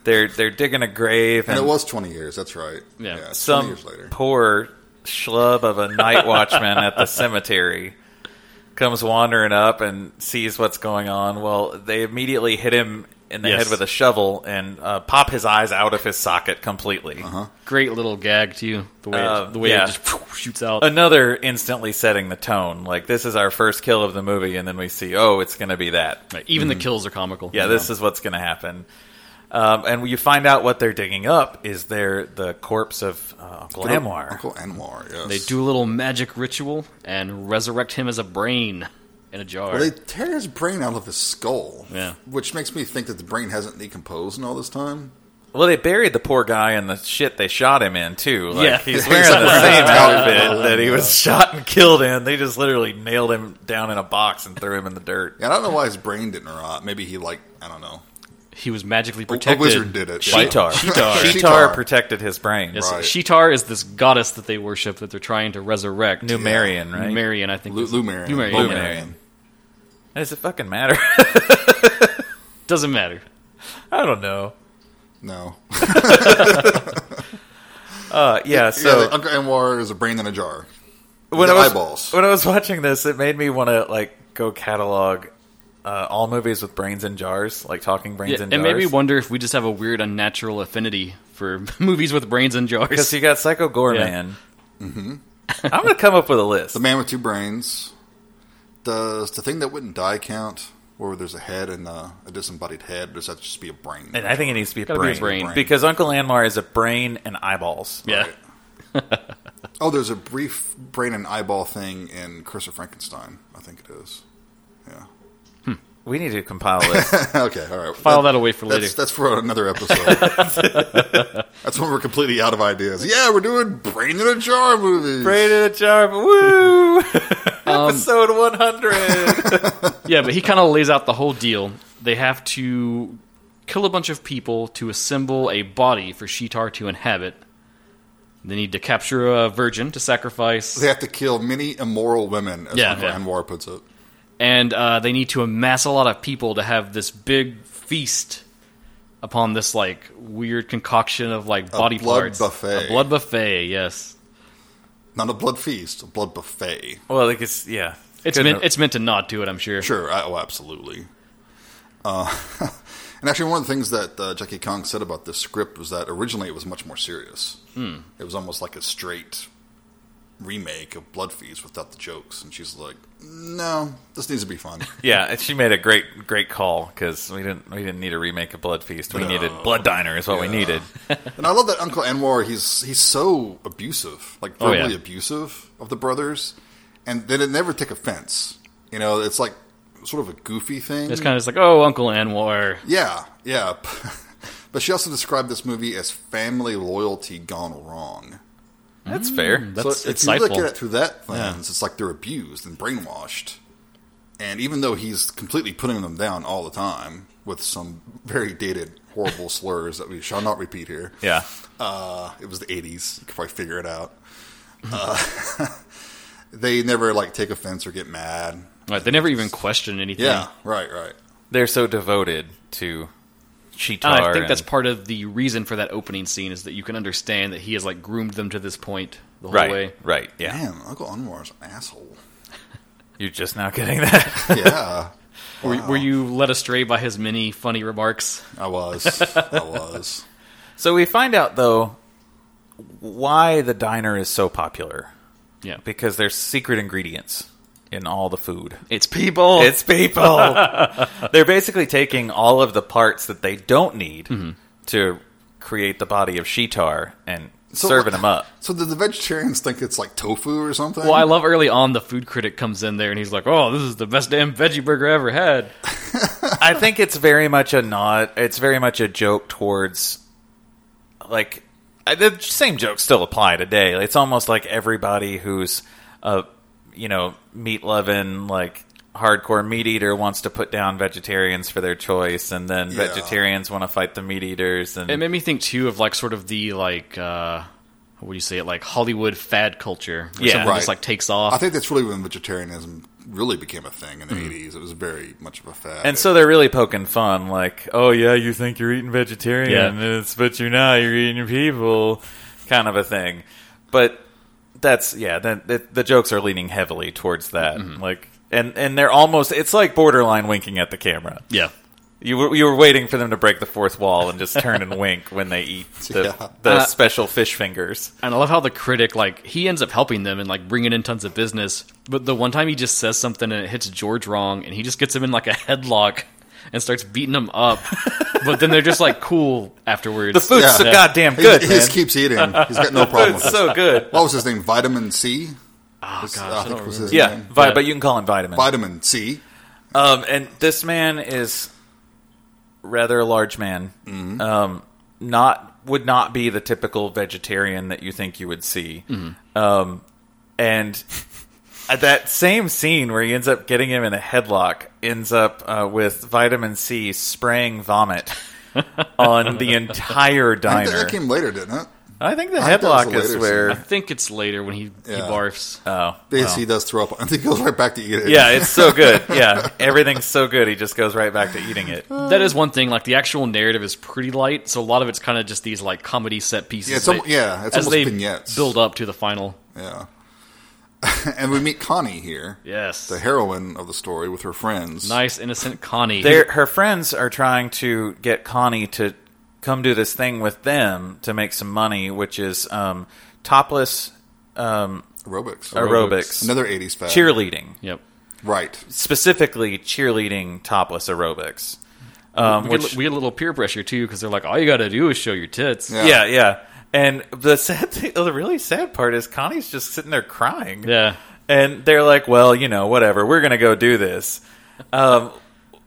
S4: they're they're digging a grave and,
S3: And it was 20 years. That's right.
S2: Yeah.
S3: it's 20
S4: some
S3: years later.
S4: poor schlub of a night watchman at the cemetery comes wandering up and sees what's going on. Well, they immediately hit him in the
S2: Yes.
S4: head with a shovel and uh, pop his eyes out of his socket completely.
S3: Uh-huh.
S2: Great little gag to you. The way
S4: Uh,
S2: it, the way
S4: yeah.
S2: it just phew, shoots out.
S4: Another instantly setting the tone. Like this is our first kill of the movie, and then we see, oh, it's going to be that.
S2: Right, Even the kills are comical.
S4: mm-hmm. Yeah, this is what's going to happen. Um, and you find out what they're digging up is their the corpse of uh, Uncle Anwar.
S3: Uncle Anwar. Yes.
S2: They do a little magic ritual and resurrect him as a brain in a jar.
S3: Well, they tear his brain out of his skull.
S2: Yeah.
S3: Which makes me think that the brain hasn't decomposed in all this time.
S4: Well, they buried the poor guy in the shit they shot him in too. Like,
S2: Yeah.
S4: he's wearing the
S3: Exactly.
S4: same
S3: Yeah.
S4: outfit that he was shot and killed in. They just literally nailed him down in a box and threw him in the dirt.
S3: Yeah, I don't know why his brain didn't rot. Maybe he like I don't know.
S2: he was magically
S3: A-
S2: protected.
S3: A wizard did it. yeah.
S4: Sheetar, Sheetar,
S3: Sheetar.
S4: protected his brain.
S2: Yes,
S3: Right.
S2: Sheetar is this goddess that they worship that they're trying to resurrect.
S4: Numerian, right?
S2: Numerian, I think.
S3: Lu-
S2: is-
S3: Lumarian.
S2: Lumerian,
S4: Lumerian.
S2: yeah.
S4: How Does it fucking matter?
S2: Doesn't matter.
S4: I don't know.
S3: No.
S4: Uh, yeah.
S3: So
S4: So
S3: yeah, Uncle Anwar is a brain in a jar.
S4: when
S3: the
S4: I was
S3: eyeballs.
S4: when I was watching this, it made me want to like go catalog uh, all movies with brains in jars, like talking brains
S2: Yeah,
S4: in
S2: it
S4: jars.
S2: made me wonder if we just have a weird unnatural affinity for movies with brains in
S4: because
S2: jars.
S4: you got Psycho Gorman. Mm-hmm. I'm gonna come up with a list.
S3: The man with two brains. Does the thing that wouldn't die count? Where there's a head and uh, a disembodied head, or does that just be a brain?
S4: And I think it needs to be a
S2: Gotta
S4: brain.
S2: be a brain.
S4: Because Uncle Anwar is a brain and eyeballs.
S2: yeah.
S3: Oh, there's a brief brain and eyeball thing in Curse of Frankenstein. I think it is. Yeah.
S4: We need to compile this.
S3: okay. All right.
S2: File that away for later.
S3: That's, that's for another episode. that's when we're completely out of ideas. Yeah, we're doing brain in a jar movies.
S4: brain in a jar. Woo! Episode 100.
S2: Yeah, but he kind of lays out the whole deal. They have to kill a bunch of people to assemble a body for Sheetar to inhabit. They need to capture a virgin to sacrifice,
S3: They have to kill many immoral women, as
S2: Yeah,
S3: Uncle
S2: yeah.
S3: Anwar puts it.
S2: and uh, they need to amass a lot of people to have this big feast upon this like weird concoction of like body
S3: blood
S2: parts.
S3: buffet.
S2: A blood buffet, yes.
S3: Not a blood feast, a blood buffet.
S4: well, like it's, yeah.
S2: It's
S4: Couldn't
S2: meant it's meant to nod to it, I'm sure.
S3: Sure. I, oh, absolutely. Uh, and actually, one of the things that uh, Jackie Kong said about this script was that originally it was much more serious.
S2: Hmm.
S3: It was almost like a straight remake of Blood Feast without the jokes. And she's like, no, this needs to be fun.
S4: have- yeah, and she made a great, great call because we didn't, we didn't need a remake of Blood Feast. We
S3: No.
S4: needed Blood Diner is what we
S3: Yeah.
S4: needed.
S3: And I love that Uncle Anwar. He's he's so abusive, like
S2: Oh,
S3: verbally
S2: yeah.
S3: abusive of the brothers, and they did never take offense. You know, it's like sort of a goofy thing.
S2: It's kind of just like, oh, Uncle Anwar.
S3: yeah, yeah. but she also described this movie as family loyalty gone wrong.
S4: That's fair.
S2: Mm, That's
S3: so if you look
S2: insightful.
S3: at it through that lens, it's like they're abused and brainwashed. And even though he's completely putting them down all the time with some very dated, horrible slurs that we shall not repeat here.
S4: Yeah.
S3: Uh, it was the 80s. You could probably figure it out. Uh, they never like take offense or get mad.
S2: Right, they never even question anything.
S3: Yeah, right, right.
S4: They're so devoted to Cheetar.
S2: And I think
S4: and-
S2: that's part of the reason for that opening scene is that you can understand that he has like groomed them to this point the whole
S4: right.
S2: way.
S4: Right. Yeah.
S3: Damn, Uncle Anwar's an asshole.
S4: You're just now getting that.
S3: Yeah,
S2: Were, were you led astray by his many funny remarks?
S3: I was. I was.
S4: So we find out though why the diner is so popular
S2: Yeah,
S4: because there's secret ingredients in all the food.
S2: it's people.
S4: It's people. They're basically taking all of the parts that they don't need
S2: Mm-hmm.
S4: to create the body of Sheetar and
S3: So-
S4: serving them up.
S3: So did the vegetarians think it's like tofu or something?
S2: well, I love early on the food critic comes in there and he's like, "Oh, this is the best damn veggie burger I ever had."
S4: I think it's very much a nod. It's very much a joke towards, like, I- the same jokes still apply today. It's almost like everybody who's a, you know, meat loving, like, hardcore meat eater wants to put down vegetarians for their choice, and then
S3: Yeah.
S4: vegetarians want to fight the meat eaters. And
S2: It made me think too of like sort of the like uh, what do you say it like Hollywood fad culture. Where
S4: Yeah.
S2: something just
S3: Right.
S2: like takes
S3: I
S2: off.
S3: think that's really when vegetarianism really became a thing in the 80s. It was very much of a fad.
S4: and so they're really poking fun, like, "Oh yeah, you think you're eating vegetarian,
S2: Yeah.
S4: it's- but you're not. You're eating people," kind of a thing. But that's yeah. Then the, the jokes are leaning heavily towards that. Like, and and they're almost it's like borderline winking at the camera.
S2: Yeah.
S4: You were, you were waiting for them to break the fourth wall and just turn and wink when they eat the,
S3: Yeah.
S4: the
S2: Uh,
S4: special fish fingers.
S2: And I love how the critic, like, he ends up helping them and, like, bringing in tons of business. But the one time he just says something and it hits George wrong, and he just gets him in, like, a headlock and starts beating him up. but then they're just, like, cool afterwards.
S4: The food's so
S3: Yeah.
S4: goddamn
S3: He,
S4: good.
S3: he
S4: man.
S3: just keeps eating. He's got no problem with
S4: It's
S3: it.
S4: so good.
S3: What was his name? Vitamin C. Oh
S2: gosh, I don't
S3: his
S4: Yeah,
S3: name.
S4: vi- but you can call him vitamin.
S3: Vitamin C.
S4: Um, and this man is rather a large man.
S3: Mm-hmm.
S4: Um, not would not be the typical vegetarian that you think you would see.
S3: Mm-hmm.
S4: Um, and at that same scene where he ends up getting him in a headlock ends up uh, with vitamin C spraying vomit on the entire
S3: I think
S4: diner.
S3: that came later, didn't it?
S4: I think the
S3: I think that was
S4: headlock
S3: the
S4: is
S3: later
S2: I
S4: where.
S2: think it's later when he, he
S3: Yeah. Uh,
S2: barfs.
S4: Oh,
S3: Basically, he does throw up. I think he goes right back to eating.
S4: yeah, it's so good. Yeah, everything's so good. He just goes right back to eating it.
S2: that is one thing. Like, the actual narrative is pretty light, so a lot of it's kind of just these, like, comedy set pieces.
S3: Yeah, it's,
S2: that-
S3: almo- yeah, it's
S2: as
S3: almost
S2: they
S3: vignettes.
S2: build up to the final.
S3: Yeah. and we meet Connie here,
S2: Yes.
S3: the heroine of the story, with her friends.
S2: Nice, innocent Connie.
S4: they her friends are trying to get Connie to come do this thing with them to make some money, which is um, topless um,
S3: Aerobics.
S4: aerobics,
S3: Another 80s fad.
S4: cheerleading,
S2: Yep.
S3: Right.
S4: specifically cheerleading topless aerobics. Um,
S2: We
S4: which
S2: get, we get a little peer pressure, too, because they're like, all you got to do is show your tits.
S3: Yeah.
S4: yeah, yeah. And the sad, thing, the really sad part is Connie's just sitting there crying.
S2: Yeah.
S4: And they're like, well, you know, whatever. We're going to go do this. Um,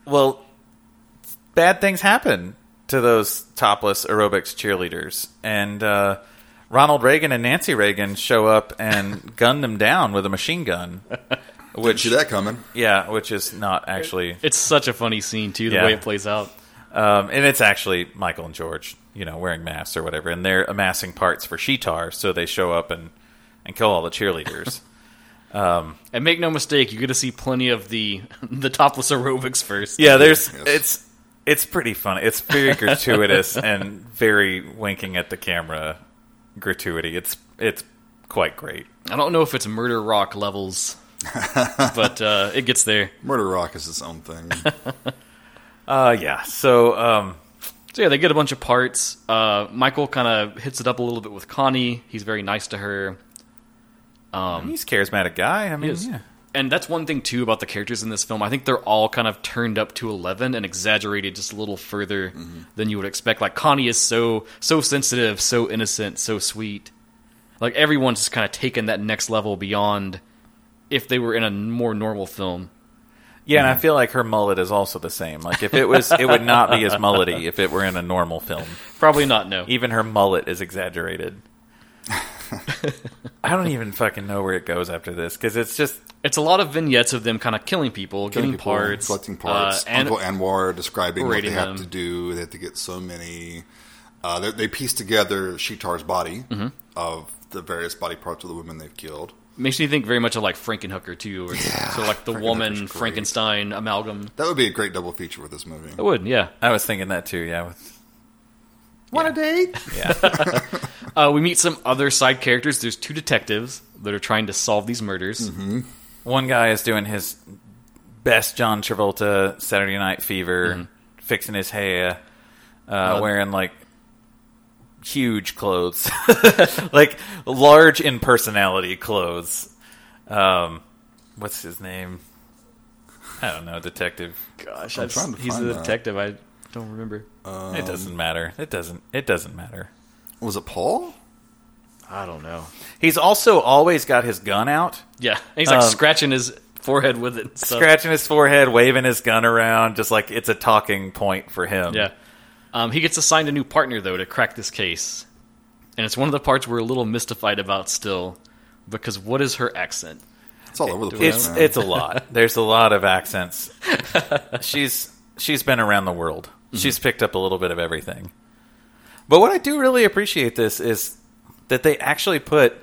S4: well, bad things happen to those topless aerobics cheerleaders. And uh, Ronald Reagan and Nancy Reagan show up and gun them down with a machine gun.
S3: Didn't see that coming.
S4: Yeah, which is not actually.
S2: It's such a funny scene too, the
S4: Yeah.
S2: way it plays out.
S4: Um, and it's actually Michael and George, you know, wearing masks or whatever. And they're amassing parts for Sheetar. So they show up and, and kill all the cheerleaders.
S2: And make no mistake, you get to see plenty of the the topless aerobics first.
S4: Yeah, there's
S3: Yes.
S4: it's it's pretty funny. It's very gratuitous and very winking at the camera gratuity. It's it's quite great.
S2: I don't know if it's Murder Rock levels, but uh, it gets there.
S3: Murder Rock is its own thing.
S4: Uh yeah. So um
S2: So yeah, they get a bunch of parts. Uh, Michael kind of hits it up a little bit with Connie. He's very nice to her.
S4: he's a charismatic guy. I mean,
S2: is.
S4: yeah.
S2: And that's one thing too about the characters in this film. I think they're all kind of turned up to eleven and exaggerated just a little further
S3: Mm-hmm.
S2: than you would expect. Like Connie is so so sensitive, so innocent, so sweet. Like everyone's just kind of taken that next level beyond if they were in a more normal film.
S4: Yeah, and I feel like her mullet is also the same. Like if it was it would not be as mullety if it were in a normal film.
S2: Probably not. No.
S4: Even her mullet is exaggerated. I don't even fucking know where it goes after this cuz it's just
S2: It's a lot of vignettes of them kind of killing people,
S3: Killing
S2: getting
S3: people,
S2: parts,
S3: Collecting parts.
S2: uh, and
S3: Uncle Anwar describing what they
S2: rating
S3: have
S2: them.
S3: to do. They have to get so many. Uh, they, they piece together Sheetar's body
S2: Mm-hmm.
S3: of the various body parts of the women they've killed.
S2: makes me think very much of like Frankenhooker too, or so like the
S3: Frankenhooker's
S2: woman
S3: great.
S2: Frankenstein amalgam.
S3: That would be a great double feature with this movie.
S2: It would, yeah.
S4: I was thinking that too. Yeah, with
S3: Want a date?
S2: Uh, we meet some other side characters. There's two detectives that are trying to solve these murders.
S4: one guy is doing his best John Travolta Saturday Night Fever, fixing his hair, uh, wearing like huge clothes, like large in personality clothes. Um, what's his name? I don't know, detective.
S2: Gosh,
S3: I'm
S2: I've-
S3: trying to
S2: he's
S3: find
S2: a
S3: that.
S2: detective. I don't remember.
S4: it doesn't matter. It doesn't. It doesn't matter.
S3: Was it Paul?
S2: I don't know.
S4: He's also always got his gun out,
S2: Yeah, and he's like
S4: Um,
S2: scratching his forehead with it. and stuff.
S4: scratching his forehead, waving his gun around, just like it's a talking point for him.
S2: Yeah. Um, he gets assigned a new partner though to crack this case, and it's one of the parts we're a little mystified about still, because what is her accent?
S3: It's all over the place,
S4: It's
S3: man.
S4: it's a lot. There's a lot of accents. she's she's been around the world.
S2: Mm-hmm.
S4: She's picked up a little bit of everything. But what I do really appreciate this is
S2: Mm-hmm.
S4: that they actually put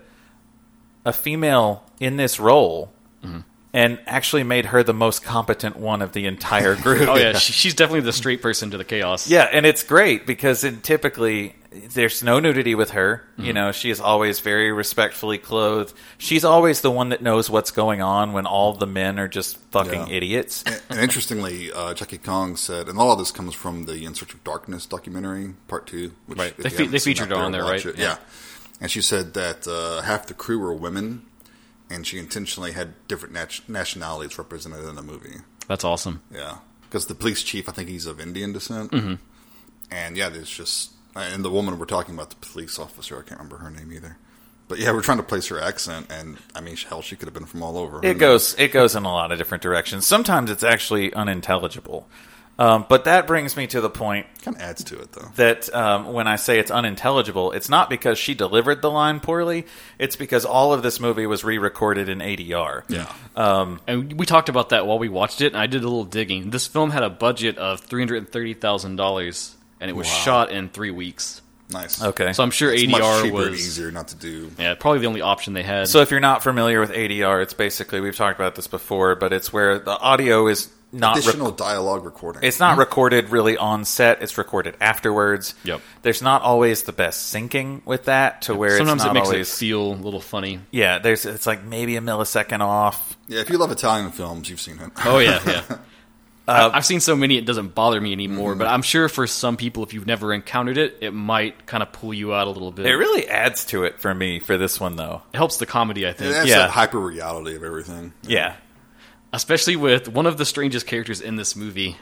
S4: a female in this role and actually made her the most competent one of the entire group.
S2: Oh yeah, she, she's definitely the straight person to the chaos.
S4: Yeah, and it's great because in typically there's no nudity with her.
S3: Mm-hmm.
S4: You know, she is always very respectfully clothed. She's always the one that knows what's going on when all the men are just fucking
S3: Yeah.
S4: idiots.
S3: and interestingly, uh, Jackie Kong said, and all of this comes from the In Search of Darkness documentary, part two. Which
S2: Right.
S3: if
S2: They
S3: you
S2: fe-
S3: haven't
S2: they
S3: seen
S2: featured
S3: out
S2: it on there,
S3: watch
S2: right?
S3: it. Yeah.
S2: Yeah.
S3: And she said that uh, half the crew were women, and she intentionally had different nat- nationalities represented in the movie.
S2: That's awesome.
S3: Yeah. Because the police chief, I think he's of Indian descent.
S2: Mm-hmm.
S3: And yeah, there's just. And the woman we're talking about, the police officer, I can't remember her name either. But yeah, we're trying to place her accent, and I mean, hell, she could have been from all over.
S4: It goes it goes in a lot of different directions. Sometimes it's actually unintelligible. Um, but that brings me to the point
S3: Kind of adds to it, though.
S4: that um, when I say it's unintelligible, it's not because she delivered the line poorly. It's because all of this movie was re-recorded in ADR.
S3: Yeah.
S4: Um,
S2: And we talked about that while we watched it, and I did a little digging. This film had a budget of three hundred and thirty thousand dollars, and it was shot in three weeks.
S3: nice.
S4: Okay.
S2: So I'm sure
S3: It's much
S2: ADR
S3: cheaper and
S2: was
S3: easier not to do.
S2: yeah probably the only option they had.
S4: So if you're not familiar with ADR, it's basically we've talked about this before, but it's where the audio is not rec-
S3: Additional Mm-hmm. dialogue recording.
S4: it's not recorded really on set. It's recorded afterwards.
S2: Yep.
S4: There's not always the best syncing with that to where
S2: Sometimes
S4: it's not
S2: it makes
S4: always
S2: it feel a little funny.
S4: yeah. There's it's like maybe a millisecond off.
S3: yeah, if you love Italian films, you've seen it.
S2: Oh yeah, yeah.
S4: Uh,
S2: I, have seen so many it doesn't bother me anymore.
S3: Mm-hmm.
S2: But I'm sure for some people, if you've never encountered it, it might kind of pull you out a little bit.
S4: It really adds to it for me for this one though.
S2: It helps the comedy, I think.
S3: That's
S4: Yeah.
S3: that hyper reality of everything.
S4: Yeah.
S2: especially with one of the strangest characters in this movie.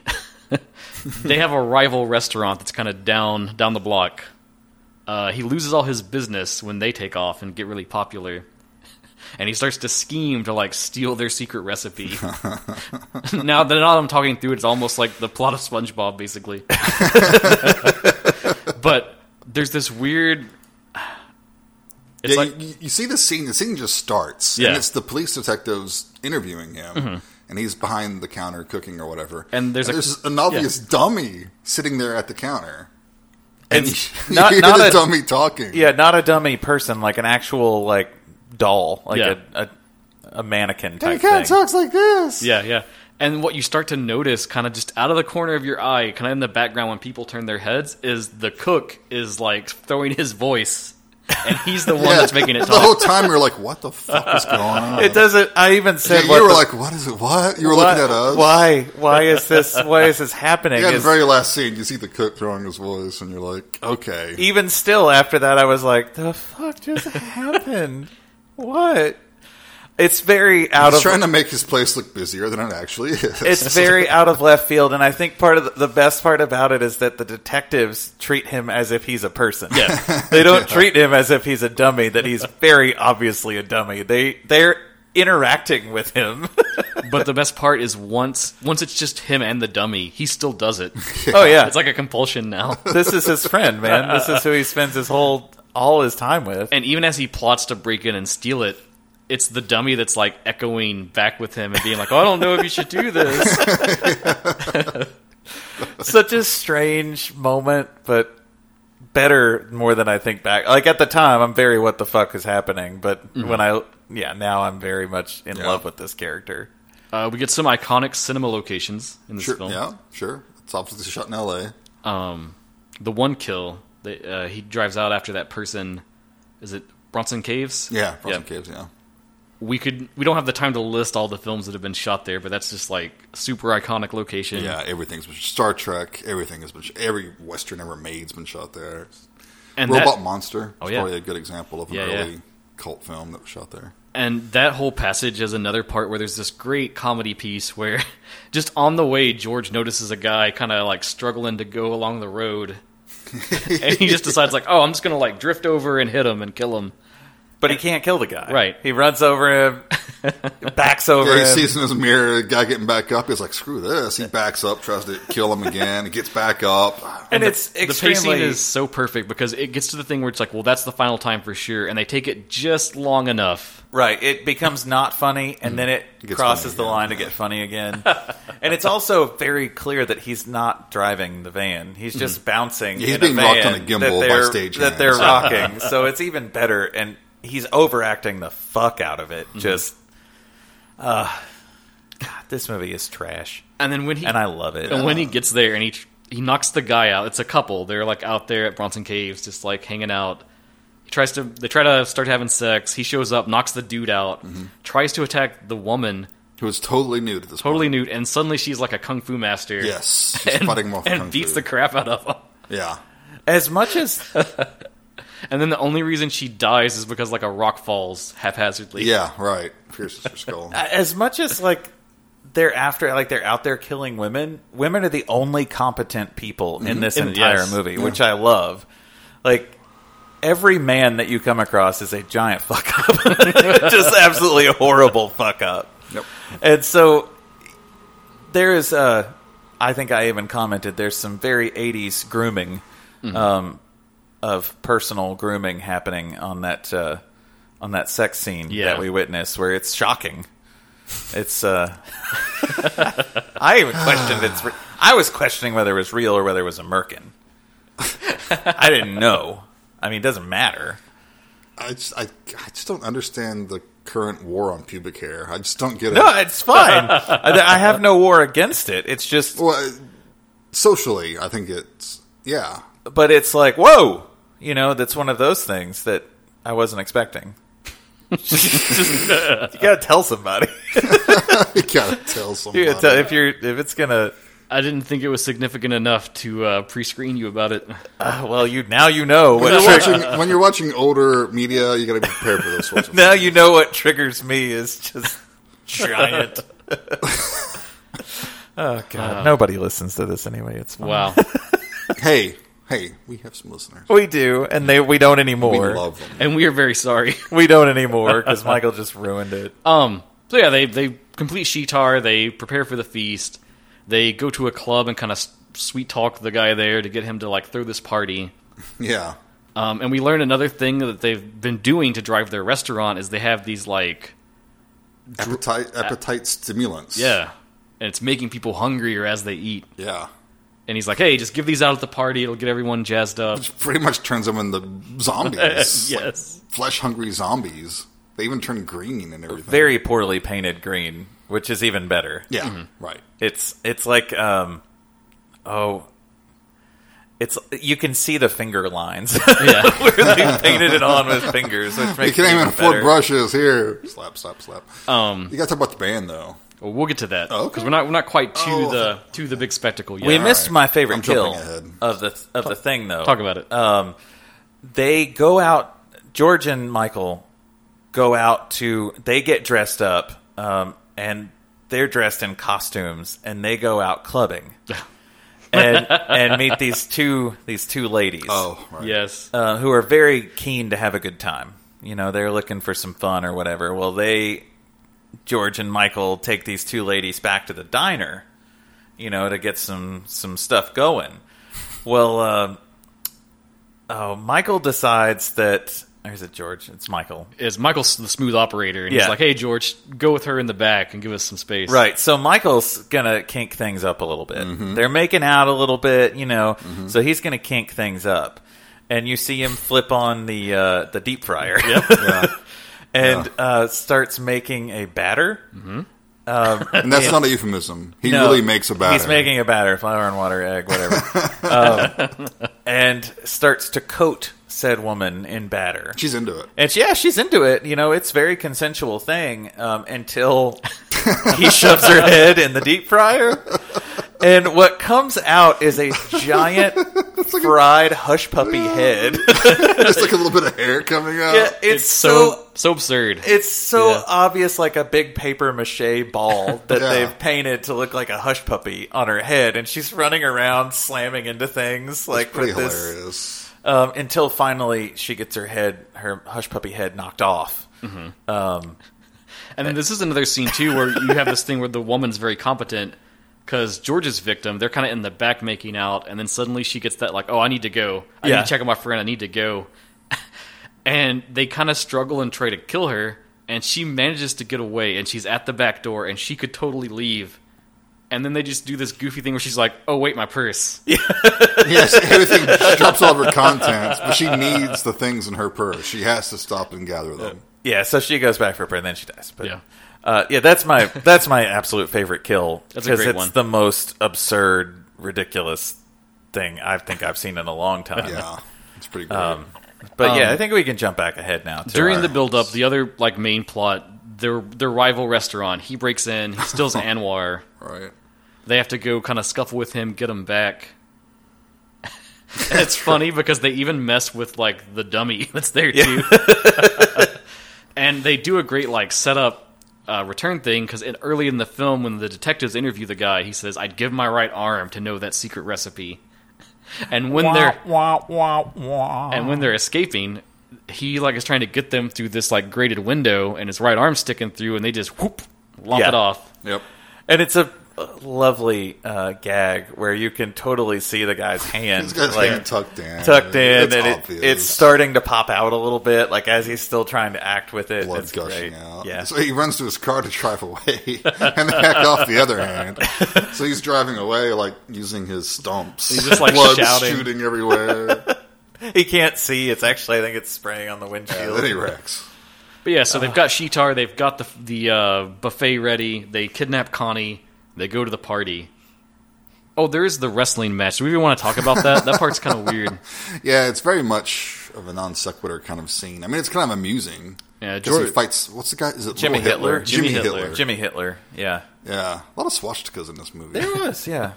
S2: they have a rival restaurant that's kind of down down the block. Uh, he loses all his business when they take off and get really popular, and he starts to scheme to like steal their secret recipe. now that now I'm talking through, it, it's almost like the plot of SpongeBob, basically. but there's this weird. It's
S3: yeah,
S2: like
S3: you, you see the scene. The scene just starts,
S2: Yeah.
S3: and it's the police detectives interviewing him,
S4: Mm-hmm.
S3: and he's behind the counter cooking or whatever.
S2: And there's a-
S3: an obvious dummy sitting there at the counter, and
S4: It's
S3: you
S4: not-
S3: hear
S4: not
S3: the
S4: a-
S3: dummy talking.
S4: Yeah, not a dummy person, like an actual like doll, like
S2: Yeah.
S4: a, a a mannequin
S3: the
S4: type
S3: cat
S4: thing.
S3: talks like this.
S2: Yeah, yeah. And what you start to notice, kind of just out of the corner of your eye, kind of in the background when people turn their heads, is the cook is like throwing his voice, and he's the one
S3: Yeah.
S2: that's making it
S3: the whole
S2: talk.
S3: time you're like, "What the fuck is going on?"
S4: It doesn't. I even
S3: Yeah,
S4: said
S3: you
S4: what
S3: were
S4: the
S3: like, "What is it? What?" You were
S4: Why-
S3: looking at us.
S4: Why? Why is this? Why is this happening?
S3: Yeah, the
S4: Is-
S3: very last scene, you see the cook throwing his voice, and you're like, okay.
S4: even still, after that, I was like, "The fuck just happened? what?" It's very out
S3: He's
S4: of.
S3: trying to make his place look busier than it actually is.
S4: it's very out of left field, and I think part of the, the best part about it is that the detectives treat him as if he's a person.
S2: Yeah.
S4: they don't treat him as if he's a dummy. That he's very obviously a dummy. They they're interacting with him.
S2: But the best part is once once it's just him and the dummy, he still does it.
S4: oh yeah,
S2: It's like a compulsion now.
S4: this is his friend, man. This is who he spends his whole all his time with.
S2: And even as he plots to break in and steal it, it's the dummy that's like echoing back with him and being like, "Oh, I don't know if you should do this."
S4: such a strange moment, but better more than I think back. Like at the time, I'm very what the fuck is happening, but
S2: Mm-hmm.
S4: when I yeah now I'm very much in
S3: Yeah.
S4: love with this character.
S2: Uh, we get some iconic cinema locations in this
S3: sure,
S2: film.
S3: yeah, sure. It's obviously shot in L.A.
S2: um, the one kill that uh, he drives out after that person is it Bronson Caves?
S3: Yeah, Frozen Caves, yeah.
S2: We could we don't have the time to list all the films that have been shot there, but that's just like super iconic location.
S3: Yeah, everything's been Star Trek, everything has been, sh- every Western ever made's been shot there.
S2: and
S3: Robot
S2: that,
S3: Monster
S2: Oh,
S3: is
S2: yeah.
S3: probably a good example of an
S2: Yeah,
S3: early
S2: yeah.
S3: cult film that was shot there.
S2: and that whole passage is another part where there's this great comedy piece where just on the way George notices a guy kind of like struggling to go along the road, and he just decides like, oh, I'm just gonna like drift over and hit him and kill him.
S4: But he can't kill the guy.
S2: Right.
S4: He runs over him, backs over
S3: Yeah, he
S4: him.
S3: sees in his mirror the guy getting back up. He's like, screw this. He backs up, tries to kill him again, he gets back up.
S4: and it's
S2: the
S4: extremely
S2: pacing is so perfect because it gets to the thing where it's like, well, that's the final time for sure, and they take it just long enough.
S4: Right. It becomes not funny, and then it
S3: gets
S4: crosses
S3: funny
S4: the
S3: again.
S4: line to get funny again. and it's also very clear that he's not driving the van. He's just bouncing.
S3: Hmm. He's
S4: in
S3: being
S4: a
S3: rocked
S4: van
S3: on a
S4: that
S3: gimbal by
S4: they're-
S3: stagehands.
S4: That they're rocking. so it's even
S3: Hmm.
S4: better, and he's overacting the fuck out of it. Just. Uh, God, this movie is trash,
S2: And then when he
S4: and I love it.
S2: and when he gets there and he tr- he knocks the guy out. It's a couple. They're like out there at Bronson Caves, just like hanging out. He tries to they try to start having sex. He shows up, knocks the dude out,
S3: Mm-hmm.
S2: tries to attack the woman,
S3: Who is totally new to this.
S2: totally
S3: point.
S2: nude, and suddenly she's like a kung fu master.
S3: Yes, she's
S2: and,
S3: fighting him off.
S2: and
S3: kung
S2: beats
S3: fu.
S2: the crap out of him.
S3: yeah.
S4: as much as
S2: And then the only reason she dies is because like a rock falls haphazardly.
S3: Yeah, right. Pierces her skull.
S4: Uh, as much as like they're after like they're out there killing women women are the only competent people in this
S2: Mm-hmm. In-
S4: entire
S2: yes.
S4: movie which i love like every man that you come across is a giant fuck up just absolutely horrible fuck up
S3: Yep.
S4: and so there is uh i think i even commented there's some very 80s grooming um of personal grooming happening on that uh on that sex scene
S2: Yeah.
S4: that we witnessed where it's shocking it's uh i even questioned it's re- i was questioning whether it was real or whether it was a merkin i didn't know i mean it doesn't matter
S3: I just, I, I just don't understand the current war on pubic hair. I just don't get
S4: no
S3: it.
S4: it's fine I, I have no war against it it's just
S3: Well, I- socially, I think it's yeah.
S4: but it's like whoa you know that's one of those things that i wasn't expecting Just- you gotta tell somebody
S3: You gotta tell
S4: You
S3: somebody.
S4: gotta tell- if you're if it's gonna
S2: I didn't think it was significant enough to uh, pre-screen you about it.
S4: uh, well you now you know what
S3: when, you're
S4: tri-
S3: watching, when you're watching older media, you gotta be prepared for those sorts of
S4: now
S3: things.
S4: you know what triggers me is just giant oh god nobody listens to this anyway it's fine.
S2: Wow.
S3: Hey, hey, we have some listeners.
S4: we do and they we don't
S3: We
S4: anymore
S3: love them.
S2: and we are very sorry.
S4: we don't anymore because michael just ruined it
S2: Um. So yeah, they they complete Shitar. They prepare for the feast. They go to a club and kind of sweet talk the guy there to get him to like throw this party.
S3: Yeah.
S2: Um, and we learn another thing that they've been doing to drive their restaurant is they have these like
S3: Appetite, appetite stimulants.
S2: yeah, and it's making people hungrier as they eat.
S3: Yeah.
S2: And he's like, hey, just give these out at the party. It'll get everyone jazzed up.
S3: Pretty much turns them into zombies.
S2: Yes.
S3: Flesh hungry zombies. They even turn green and everything.
S4: very poorly painted green which is even better
S3: Yeah. Right.
S4: It's it's like um oh it's you can see the finger lines
S2: yeah.
S4: where they painted it on with fingers, which
S3: You
S4: makes
S3: can't
S4: it
S3: even
S4: even
S3: afford
S4: better.
S3: brushes here. Slap, slap, slap.
S2: Um.
S3: You got to talk about the band though.
S2: Well, we'll get to that because
S3: Oh, okay.
S2: we're not we're not quite to
S3: Oh,
S2: the to the big spectacle yet.
S4: We
S3: All
S4: missed
S3: right.
S4: my
S3: I'm
S4: favorite
S3: jumping
S4: kill
S3: ahead.
S4: of the of the thing though.
S2: Talk about it.
S4: they go out george and michael go out to they get dressed up um, and they're dressed in costumes and they go out clubbing and and meet these two these two ladies
S3: Oh, right.
S2: yes.
S4: uh, who are very keen to have a good time you know they're looking for some fun or whatever well they george and michael take these two ladies back to the diner you know to get some some stuff going well uh, oh michael decides that or is it george it's michael
S2: is Michael's the smooth operator, and he's
S4: Yeah.
S2: like, "Hey, George, go with her in the back and give us some space."
S4: Right. So Michael's gonna kink things up a little bit.
S3: Mm-hmm.
S4: They're making out a little bit, you know. So he's gonna kink things up, and you see him flip on the uh, the deep fryer, and uh, starts making a batter. Um,
S3: And that's not a euphemism. Mm-hmm. He
S4: No,
S3: really makes a batter.
S4: He's making a batter, flour and water, egg, whatever, um, and starts to coat said woman in batter.
S3: She's into it.
S4: And she- yeah, she's into it. You know, it's very consensual thing um, until he shoves her head in the deep fryer, and what comes out is a giant fried hush puppy head.
S3: Just like a little bit of hair coming out.
S4: Yeah, it's,
S2: It's,
S4: so.
S2: so so absurd.
S4: it's so
S2: Yeah.
S4: obvious, like a big paper mache ball that
S3: Yeah.
S4: they've painted to look like a hush puppy on her head, and she's running around slamming into things like
S3: Pretty
S4: with this
S3: hilarious.
S4: um, until finally she gets her head, her hush puppy head, knocked off.
S2: and then this is another scene too where you have this thing where the woman's very competent because George's victim, they're kind of in the back making out, and then suddenly she gets that like, "Oh, I need to go. I need
S4: Yeah.
S2: to check on my friend. I need to go." and they kind of struggle and try to kill her, and she manages to get away, and she's at the back door, and she could totally leave. And then they just do this goofy thing where she's like, "Oh, wait, my purse."
S3: Yes, everything she drops all of her contents, but she needs the things in her purse. She has to stop and gather them.
S4: Yeah, so she goes back for a prayer and then she dies. But
S2: Yeah.
S4: Uh, yeah, that's my that's my absolute favorite kill
S2: That's a
S4: because
S2: great
S4: it's
S2: one.
S4: the most absurd, ridiculous thing I think I've seen in a long time.
S3: Yeah, it's pretty great.
S4: But yeah,
S2: Um,
S4: I think we can jump back ahead now. To
S2: During
S4: our-
S2: the build up, the other like main plot, their their rival restaurant, he breaks in, he steals Anwar.
S3: right.
S2: They have to go kind of scuffle with him, get him back. and it's funny because they even mess with like the dummy that's there too. and they do a great like setup uh, return thing because early in the film when the detectives interview the guy, he says, "I'd give my right arm to know that secret recipe." And when they're
S4: wah, wah, wah.
S2: and when they're escaping, he like is trying to get them through this like grated window, and his right arm's sticking through, and they just whoop lop
S4: Yeah.
S2: it off.
S3: Yep.
S4: And it's a lovely uh, gag where you can totally see the guy's hand
S3: This guy's
S4: like,
S3: hand tucked in.
S4: tucked in,
S3: It's
S4: and it,
S3: obvious.
S4: it's starting to pop out a little bit, like as he's still trying to act with it.
S3: blood
S4: it's
S3: gushing
S4: great.
S3: out.
S4: Yeah.
S3: So he runs to his car to drive away, and they hack off the other hand. So he's driving away, like using his stumps. He's
S2: just, like,
S3: blood
S2: shouting.
S3: shooting everywhere.
S4: he can't see. It's actually, I think it's spraying on the
S3: and
S4: windshield.
S3: then he wrecks.
S2: But yeah, so they've got Shitar, they've got the the uh, buffet ready. They kidnap Connie. They go to the party. Oh, there is the wrestling match. Do we even want to talk about that? That part's kind of weird.
S3: Yeah, it's very much of a non sequitur kind of scene. I mean, it's kind of amusing.
S2: Yeah,
S3: Because he
S2: George-
S3: fights. What's the guy? Is it
S4: Jimmy
S3: Little
S4: Hitler.
S3: Jimmy,
S2: Jimmy
S3: Hitler.
S2: Hitler.
S4: Jimmy Hitler. Yeah.
S3: Yeah, a lot of swastikas in this movie.
S4: There was, yeah.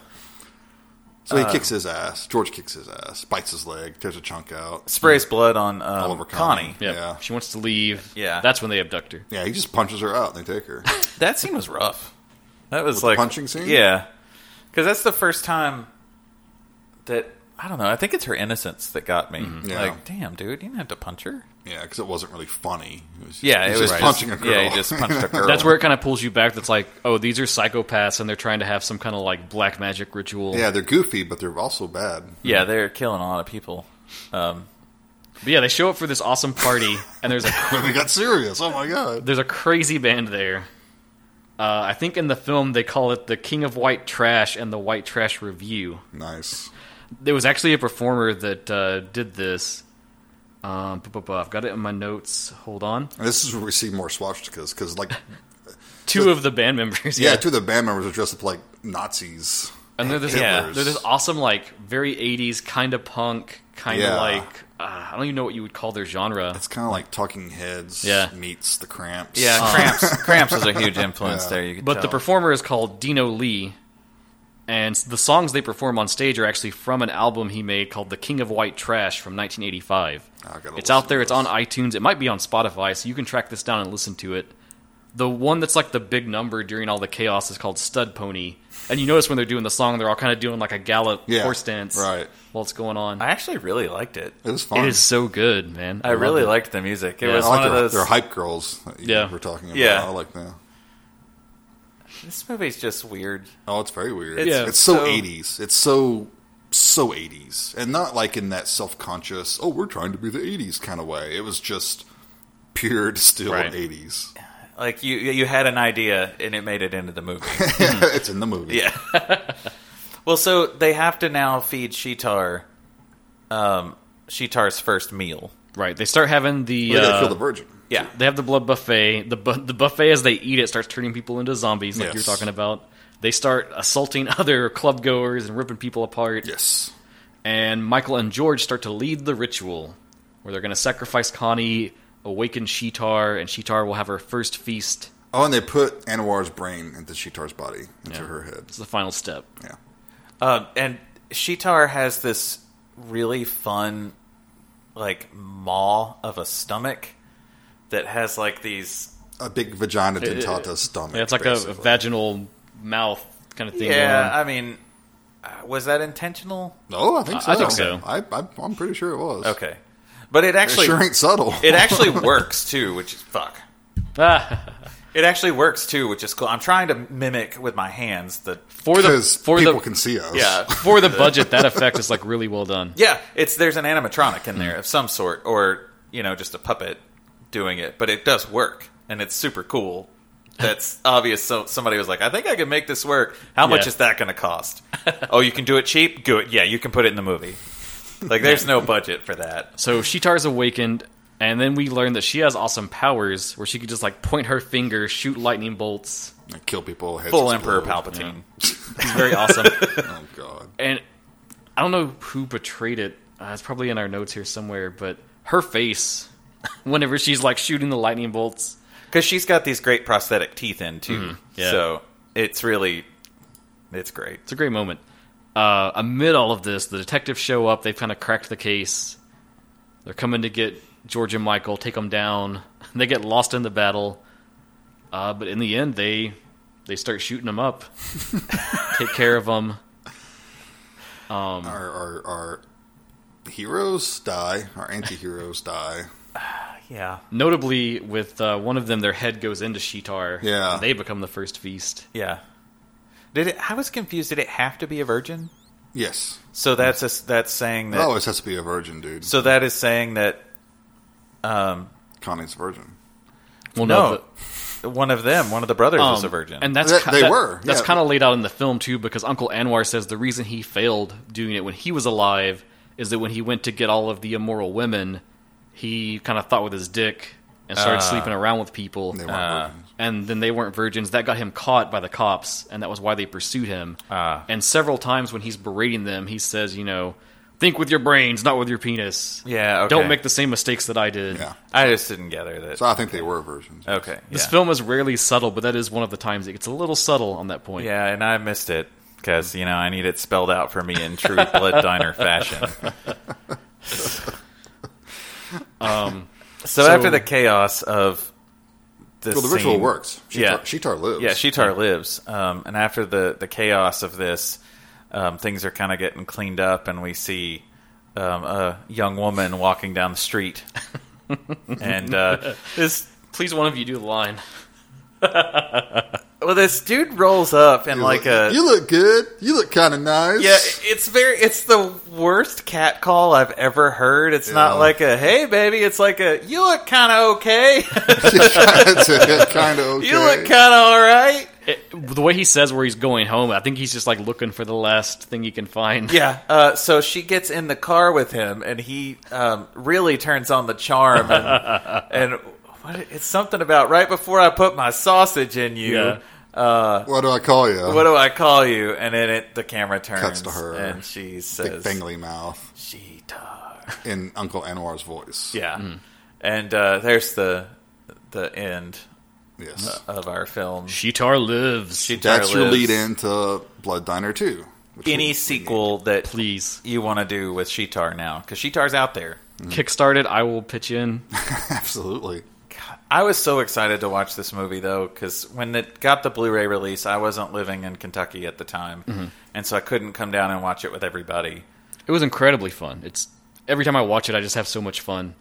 S3: So he kicks his ass. George kicks his ass. Bites his leg. Tears a chunk out.
S4: Sprays blood on um,
S3: Oliver Connie.
S4: Connie.
S2: Yeah,
S3: Yeah.
S2: she wants to leave.
S4: Yeah.
S2: that's when they abduct her.
S3: Yeah, he just punches her out. and They take her.
S4: That scene was rough. That was
S3: the
S4: like
S3: punching scene?
S4: Yeah, because that's the first time that I don't know. I think it's her innocence that got me.
S3: Yeah.
S4: Like, damn, dude, you didn't have to punch her.
S3: Yeah, because it wasn't really funny. It was,
S4: Yeah,
S3: he
S4: it was
S3: just
S4: just-
S3: punching a girl.
S4: yeah, he just punched a girl.
S2: That's where it kind of pulls you back. That's like, oh, these are psychopaths, and they're trying to have some kind of like black magic ritual.
S3: Yeah, they're goofy, but they're also bad.
S4: Yeah, they're killing a lot of people. Um,
S2: But yeah, they show up for this awesome party, and there's a
S3: But we got serious. Oh my god.
S2: there's a crazy band there. Uh, I think in the film they call it the King of White Trash and the White Trash Review.
S3: Nice.
S2: There was actually a performer that uh, did this. Um, bu- bu- bu- I've got it in my notes. Hold on.
S3: And this is where we see more swastikas because, like,
S2: Two of the band members.
S3: yeah, two of the band members are dressed up like Nazis.
S2: and they're this,
S4: Yeah.
S2: they're this awesome, like very '80s kind of punk, kind of
S3: Yeah.
S2: like uh, I don't even know what you would call their genre.
S3: It's kind of like Talking Heads
S2: Yeah.
S3: meets the Cramps.
S4: yeah, cramps. cramps is a huge influence
S3: Yeah.
S4: there. You could
S2: But
S4: tell.
S2: the performer is called Dino Lee, and the songs they perform on stage are actually from an album he made called The King of White Trash from 1985.
S3: I gotta
S2: It's
S3: listen
S2: out there,
S3: to
S2: it's on iTunes, it might be on Spotify, so you can track this down and listen to it. The one that's like the big number during all the chaos is called Stud Pony. And you notice when they're doing the song, they're all kind of doing like a gallop
S3: Yeah,
S2: horse dance
S3: right.
S2: while it's going on.
S4: I actually really liked it.
S3: It was fun.
S2: it is so good, man.
S4: I,
S2: love
S4: really
S2: it.
S4: liked the music. It
S2: Yeah.
S4: was
S3: I
S4: one
S3: like
S4: of
S3: their,
S4: those.
S3: their hype girls that you
S2: Yeah.
S3: were talking about.
S4: Yeah.
S3: I like that.
S4: This movie's just weird.
S3: Oh, it's very weird.
S4: It's-
S3: It's,
S2: Yeah.
S4: so-
S3: so, 80s. It's so so 80s. And not like in that self-conscious, oh, we're trying to be the 80s kind of way. It was just pure distilled
S2: Right.
S3: 80s.
S4: Like you, you had an idea and it made it into the movie.
S3: it's in the movie.
S4: Yeah. well, so they have to now feed Shitar, um, Shitar's first meal.
S2: Right. They start having the.
S3: We gotta
S2: uh,
S3: kill the virgin.
S4: Yeah.
S2: They have the blood buffet. The bu- the buffet as they eat it starts turning people into zombies, like you were
S3: Yes.
S2: talking about. They start assaulting other club goers and ripping people apart.
S3: Yes.
S2: And Michael and George start to lead the ritual, where they're going to sacrifice Connie, awaken Shitar, and Shitar will have her first feast.
S3: Oh, and they put Anwar's brain into Shitar's body, into her head.
S2: It's the final step.
S3: Yeah.
S4: Um, and Shitar has this really fun, like, maw of a stomach that has, like, these.
S3: A big vagina dentata's stomach.
S2: Yeah, it's like a, a
S3: basically.
S2: vaginal mouth kind of thing.
S4: Yeah,
S2: going on.
S4: I mean, uh, was that intentional?
S3: No, Oh, I think so.
S2: I- I think so.
S3: I, I, I'm pretty sure it was.
S4: Okay. But it
S3: It
S4: actually.
S3: sure ain't subtle.
S4: It actually works, too, which is fuck.
S2: Ah,
S4: It actually works, too, which is cool. I'm trying to mimic with my hands the
S2: for the
S3: because
S2: for
S3: people
S2: the
S3: can see us.
S4: Yeah.
S2: for the budget, that effect is like really well done.
S4: Yeah, it's there's an animatronic in
S2: Hmm.
S4: there of some sort, or you know, just a puppet doing it. But it does work, and it's super cool. That's obvious. So somebody was like, "I think I can make this work. How much
S2: Yeah.
S4: is that going to cost? oh, you can do it cheap. Good. Yeah, you can put it in the movie. Like, there's no budget for that.
S2: So Shitar's awakened. And then we learn that she has awesome powers where she could just like point her finger, shoot lightning bolts.
S3: Like, kill people. Heads
S4: Full
S3: explode.
S4: Emperor Palpatine.
S2: It's very awesome.
S3: Oh god.
S2: and I don't know who betrayed it. Uh, it's probably in our notes here somewhere, but her face whenever she's like shooting the lightning bolts.
S4: Because she's got these great prosthetic teeth in too.
S2: Mm-hmm. yeah.
S4: So it's really, it's great.
S2: It's a great moment. Uh, amid all of this, the detectives show up. They've kind of cracked the case. They're coming to get George and Michael, take them down. They get lost in the battle, uh, but in the end, they they start shooting them up, take care of them.
S3: Our, our our heroes die. Our anti-heroes die.
S4: Yeah.
S2: Notably, with uh, one of them, their head goes into Sheetar.
S3: Yeah.
S2: and they become the first feast.
S4: Yeah. Did it? I was confused. Did it have to be a virgin?
S3: Yes.
S4: So that's a s that's saying
S3: It
S4: that.
S3: always has to be a virgin, dude.
S4: So that is saying that um,
S3: Connie's a virgin.
S2: Well,
S4: no,
S2: the-
S4: one of them, one of the brothers, was
S2: Um,
S4: a virgin.
S2: and that's
S3: That-
S2: ki-
S3: they
S2: that-
S3: were,
S2: That's
S3: yeah.
S2: kind of laid out in the film too, because Uncle Anwar says the reason he failed doing it when he was alive is that when he went to get all of the immoral women, he kind of thought with his dick and
S4: Ah.
S2: started sleeping around with people,
S3: They weren't virgins.
S2: and then they weren't virgins. That got him caught by the cops, and that was why they pursued him.
S4: Ah.
S2: and several times when he's berating them, he says, "You know, think with your brains, not with your penis.
S4: yeah. Okay.
S2: Don't make the same mistakes that I did."
S3: Yeah.
S4: I just didn't gather that.
S3: So I think they were virgins.
S4: okay.
S2: This
S4: yeah.
S2: film is rarely subtle, but that is one of the times it gets a little subtle on that point.
S4: Yeah, and I missed it because you know I need it spelled out for me in true blood diner fashion. um, so,
S2: Um, so-
S4: after the chaos of this,
S3: Well, the ritual
S4: scene-
S3: works. Sheetar,
S4: Yeah.
S3: Sheetar lives.
S4: Yeah, Shitar lives, um, and after the the chaos of this, um, things are kind of getting cleaned up, and we see um, a young woman walking down the street, and uh, this
S2: Please, one of you do the line.
S4: well, this dude rolls up in like a
S3: You look good. You look kind of nice.
S4: Yeah, it's very. It's the worst cat call I've ever heard. It's not
S3: Yeah.
S4: like a "Hey, baby." It's like a "You look kind of okay.
S3: kind of okay.
S4: you look kind of all right."
S2: It, the way he says where he's going home, I think he's just like looking for the last thing he can find.
S4: Yeah. Uh, so she gets in the car with him, and he um, really turns on the charm, and, and what, it's something about right before I put my sausage in you.
S2: Yeah.
S3: what do I call you?
S4: What do I call you? And then it the camera turns
S3: Cuts to her.
S4: and she
S3: Thick
S4: says,
S3: fingly mouth
S4: "She does."
S3: in Uncle Anwar's voice.
S4: Yeah. And uh, there's the the end.
S3: Yes.
S4: of our film.
S2: Sheetar lives.
S3: That's your
S4: Lives.
S3: lead in to Blood Diner 2. which
S4: Any
S3: we-
S4: sequel that
S2: Please
S4: you want to do with Sheetar now, because Sheetar's out there.
S2: kickstart it. Mm. I will pitch in.
S3: Absolutely.
S4: I was so excited to watch this movie though, because when it got the Blu-ray release, I wasn't living in Kentucky at the time, and so I couldn't come down and watch it with everybody.
S2: It was incredibly fun. It's every time I watch it, I just have so much fun.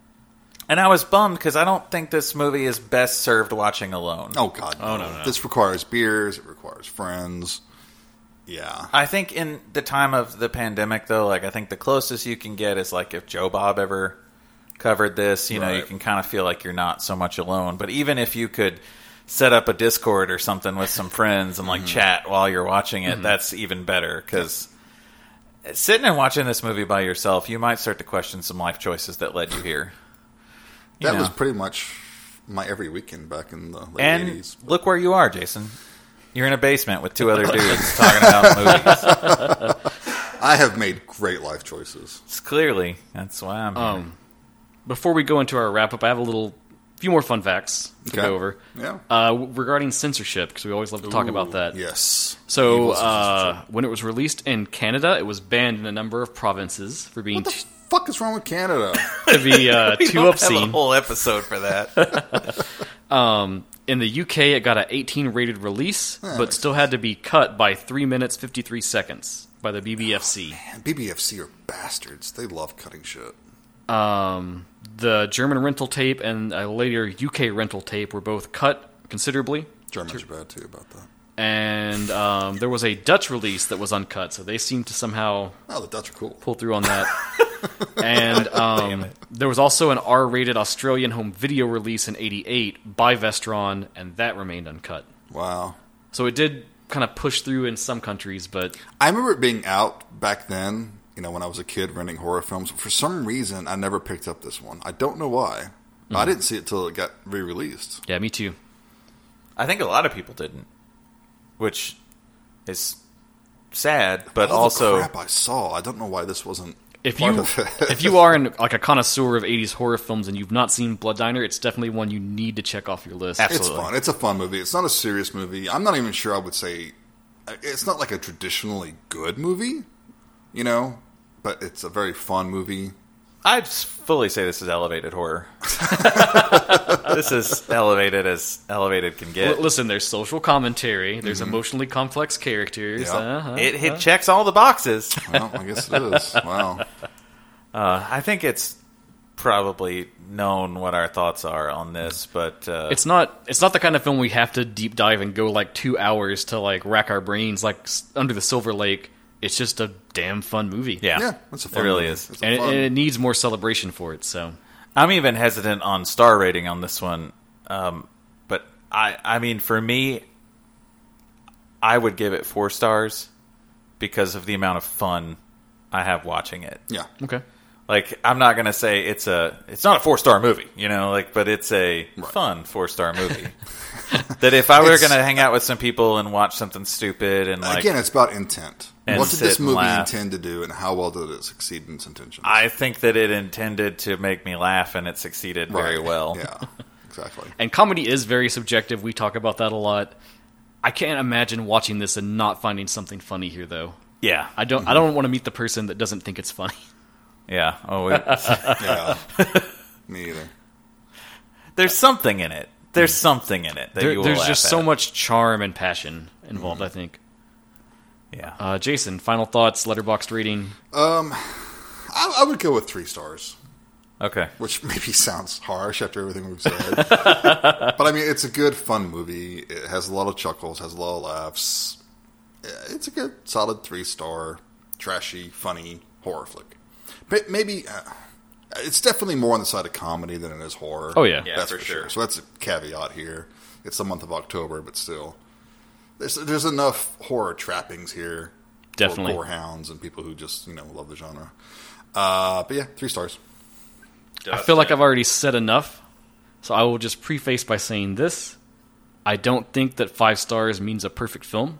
S4: And I was bummed because I don't think this movie is best served watching alone.
S3: Oh, God. Oh, no, no. This requires beers. It requires friends. Yeah.
S4: I think in the time of the pandemic, though, like I think the closest you can get is like if Joe Bob ever covered this, you know, you
S3: Right.
S4: can kind of feel like you're not so much alone. But even if you could set up a Discord or something with some friends and
S3: Mm-hmm.
S4: like chat while you're watching it, that's even better because sitting and watching this movie by yourself, you might start to question some life choices that led you here. You
S3: That
S4: know.
S3: was pretty much my every weekend back in the late
S4: and
S3: 80s.
S4: look where you are, Jason. You're in a basement with two other dudes talking about movies.
S3: I have made great life choices.
S4: It's clearly, that's why I'm here.
S2: Um, Before we go into our wrap up, I have a little few more fun facts to
S3: Okay.
S2: go over
S3: Yeah.
S2: uh, w- regarding censorship because we always love to talk about that.
S3: Yes.
S2: So
S3: Evil sisters.
S2: uh, when it was released in Canada, it was banned in a number of provinces for being
S3: what the
S2: t-
S3: fuck is wrong with Canada?
S2: to be uh, too
S4: don't have
S2: obscene.
S4: a whole episode for that.
S2: In the UK, it got a 18 rated release, but still had to be cut by 3 minutes 53 seconds by the BBFC.
S3: And BBFC are bastards. They love cutting shit.
S2: Um, The German rental tape and a later UK rental tape were both cut considerably,
S3: Germans are bad too about that.
S2: and um, there was a Dutch release that was uncut, so they seemed to somehow
S3: Oh, the Dutch are cool.
S2: pull through on that. and um, there was also an R rated Australian home video release in 88 by Vestron, and that remained uncut.
S3: Wow.
S2: So it did kind of push through in some countries, but
S3: I remember it being out back then, you know, when I was a kid renting horror films. For some reason, I never picked up this one. I don't know why.
S2: Mm.
S3: I didn't see it till it got re-released.
S2: Yeah, me too.
S4: I think a lot of people didn't, which is sad, but
S3: All the
S4: also
S3: crap I saw. I don't know why this wasn't.
S2: If
S3: part
S2: you
S3: of it.
S2: if you are an, like a connoisseur of '80s horror films and you've not seen Blood Diner, it's definitely one you need to check off your list.
S4: Absolutely.
S3: It's fun. It's a fun movie. It's not a serious movie. I'm not even sure I would say it's not like a traditionally good movie, you know, but it's a very fun movie.
S4: I'd s- fully say this is elevated horror. this is elevated as elevated can
S2: L-
S4: get.
S2: Listen, there's social commentary. There's emotionally complex characters.
S3: Mm-hmm. Yeah.
S2: Uh-huh.
S4: it hit checks all the boxes.
S3: Well, I guess it is. Wow.
S4: Uh, I think it's probably known what our thoughts are on this, but uh,
S2: It's not. It's not the kind of film we have to deep dive and go like two hours to like rack our brains like s- under the Silver Lake. It's just a damn fun movie.
S4: yeah,
S3: Yeah, that's a fun
S4: it really
S3: movie.
S4: is.
S3: It's a
S2: and it,
S3: fun-
S2: and it needs more celebration for it. So
S4: I'm even hesitant on star rating on this one, um, but I I mean for me, I would give it four stars because of the amount of fun I have watching it.
S3: yeah.
S2: okay,
S4: Like I'm not gonna say it's a it's not a four star movie, you know, like but it's a
S3: Right.
S4: fun four star movie. that if I were
S3: It's-
S4: gonna hang out with some people and watch something stupid and like
S3: Again, it's about intent.
S4: And
S3: What did
S4: sit
S3: this
S4: and
S3: movie
S4: laugh.
S3: intend to do, and how well did it succeed in its intentions?
S4: I think that it intended to make me laugh and it succeeded
S3: Right.
S4: very well.
S3: Yeah, exactly.
S2: and comedy is very subjective. We talk about that a lot. I can't imagine watching this and not finding something funny here, though.
S4: Yeah.
S2: I don't. I don't want to meet the person that doesn't think it's funny.
S4: Yeah. Oh it,
S3: Yeah. Me either.
S4: there's something in it. There's something in it that
S2: Hmm. There-
S4: you will
S2: there's
S4: laugh
S2: just so
S4: at. Mm-hmm.
S2: much charm and passion involved. I think.
S4: Yeah.
S2: Uh, Jason, final thoughts, letterboxed rating.
S3: I, I would go with three stars,
S4: okay.
S3: which maybe sounds harsh after everything we've said. but I mean, it's a good, fun movie. It has a lot of chuckles, has a lot of laughs. Yeah, It's a good, solid three star, trashy, funny horror flick. But maybe uh, it's definitely more on the side of comedy than it is horror.
S2: Oh, yeah.
S1: Yeah,
S3: that's
S1: for
S3: for, sure.
S1: sure.
S3: So that's a caveat here. It's the month of October, but still, there's there's enough horror trappings here.
S2: Definitely.
S3: for hounds and people who just you know love the genre. Uh, but yeah, three stars.
S2: I feel like I've already said enough, so I will just preface by saying this. I don't think that five stars means a perfect film.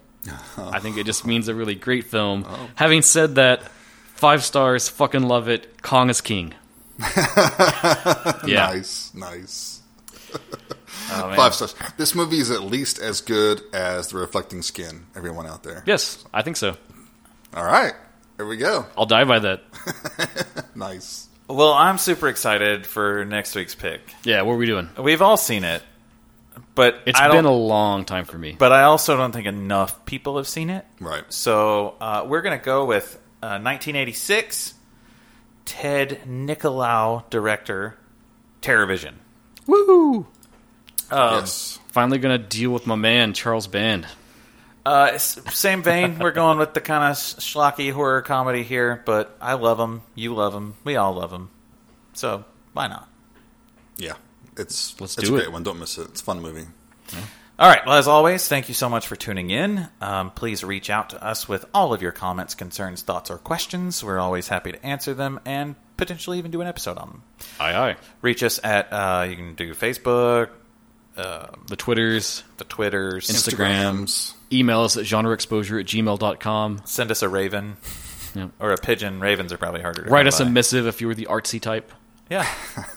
S2: I think it just means a really great film.
S4: Oh.
S2: Having said that, five stars, fucking love it. Kong is king. yeah.
S3: Nice, nice.
S4: Oh, man.
S3: Five stars. This movie is at least as good as The Reflecting Skin, everyone out there.
S2: Yes, I think so.
S3: All right. There we go.
S2: I'll die by that.
S3: Nice.
S4: Well, I'm super excited for next week's pick.
S2: Yeah, what are we doing?
S4: We've all seen it, but
S2: It's
S4: I don't,
S2: been a long time for me.
S4: but I also don't think enough people have seen it.
S3: Right.
S4: So uh, we're going to go with uh, 1986 Ted Nicolau director Terrorvision.
S2: Woo!
S4: Um,
S3: yes.
S2: Finally gonna deal with my man, Charles Band.
S4: Uh, s- same vein, we're going with the kind of schlocky horror comedy here, but I love him. You love him. We all love him. So why not?
S3: Yeah. It's
S2: Let's
S3: it's
S2: do
S3: a
S2: it.
S3: great one. Don't miss it. It's a fun movie.
S4: All right. Well, as always, thank you so much for tuning in. Um, please reach out to us with all of your comments, concerns, thoughts, or questions. We're always happy to answer them and potentially even do an episode on them.
S2: Aye, aye.
S4: Reach us at uh, you can do Facebook,
S2: The Twitters,
S4: the Twitters,
S2: Insta- Instagrams.
S3: Instagrams.
S2: email us at genreexposure at gmail.com.
S4: send us a raven
S2: Yeah.
S4: or a pigeon. Ravens are probably harder. to
S2: Write
S4: come
S2: us a
S4: by.
S2: missive if you were the artsy type.
S4: yeah.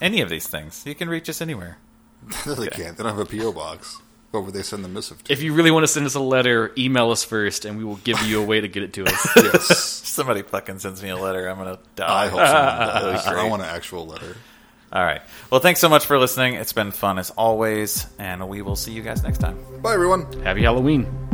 S4: Any of these things, you can reach us anywhere.
S3: No, they can't. They don't have a P.O. box. What would they send the missive to?
S2: If you really want to send us a letter, email us first, and we will give you a way to get it to us.
S3: yes.
S4: Somebody fucking sends me a letter, I'm gonna die.
S3: I hope someone
S4: That'd be
S3: does. I
S4: great.
S3: want an actual letter.
S4: All right. Well, thanks so much for listening. It's been fun as always, and we will see you guys next time.
S3: Bye, everyone.
S2: Happy Halloween.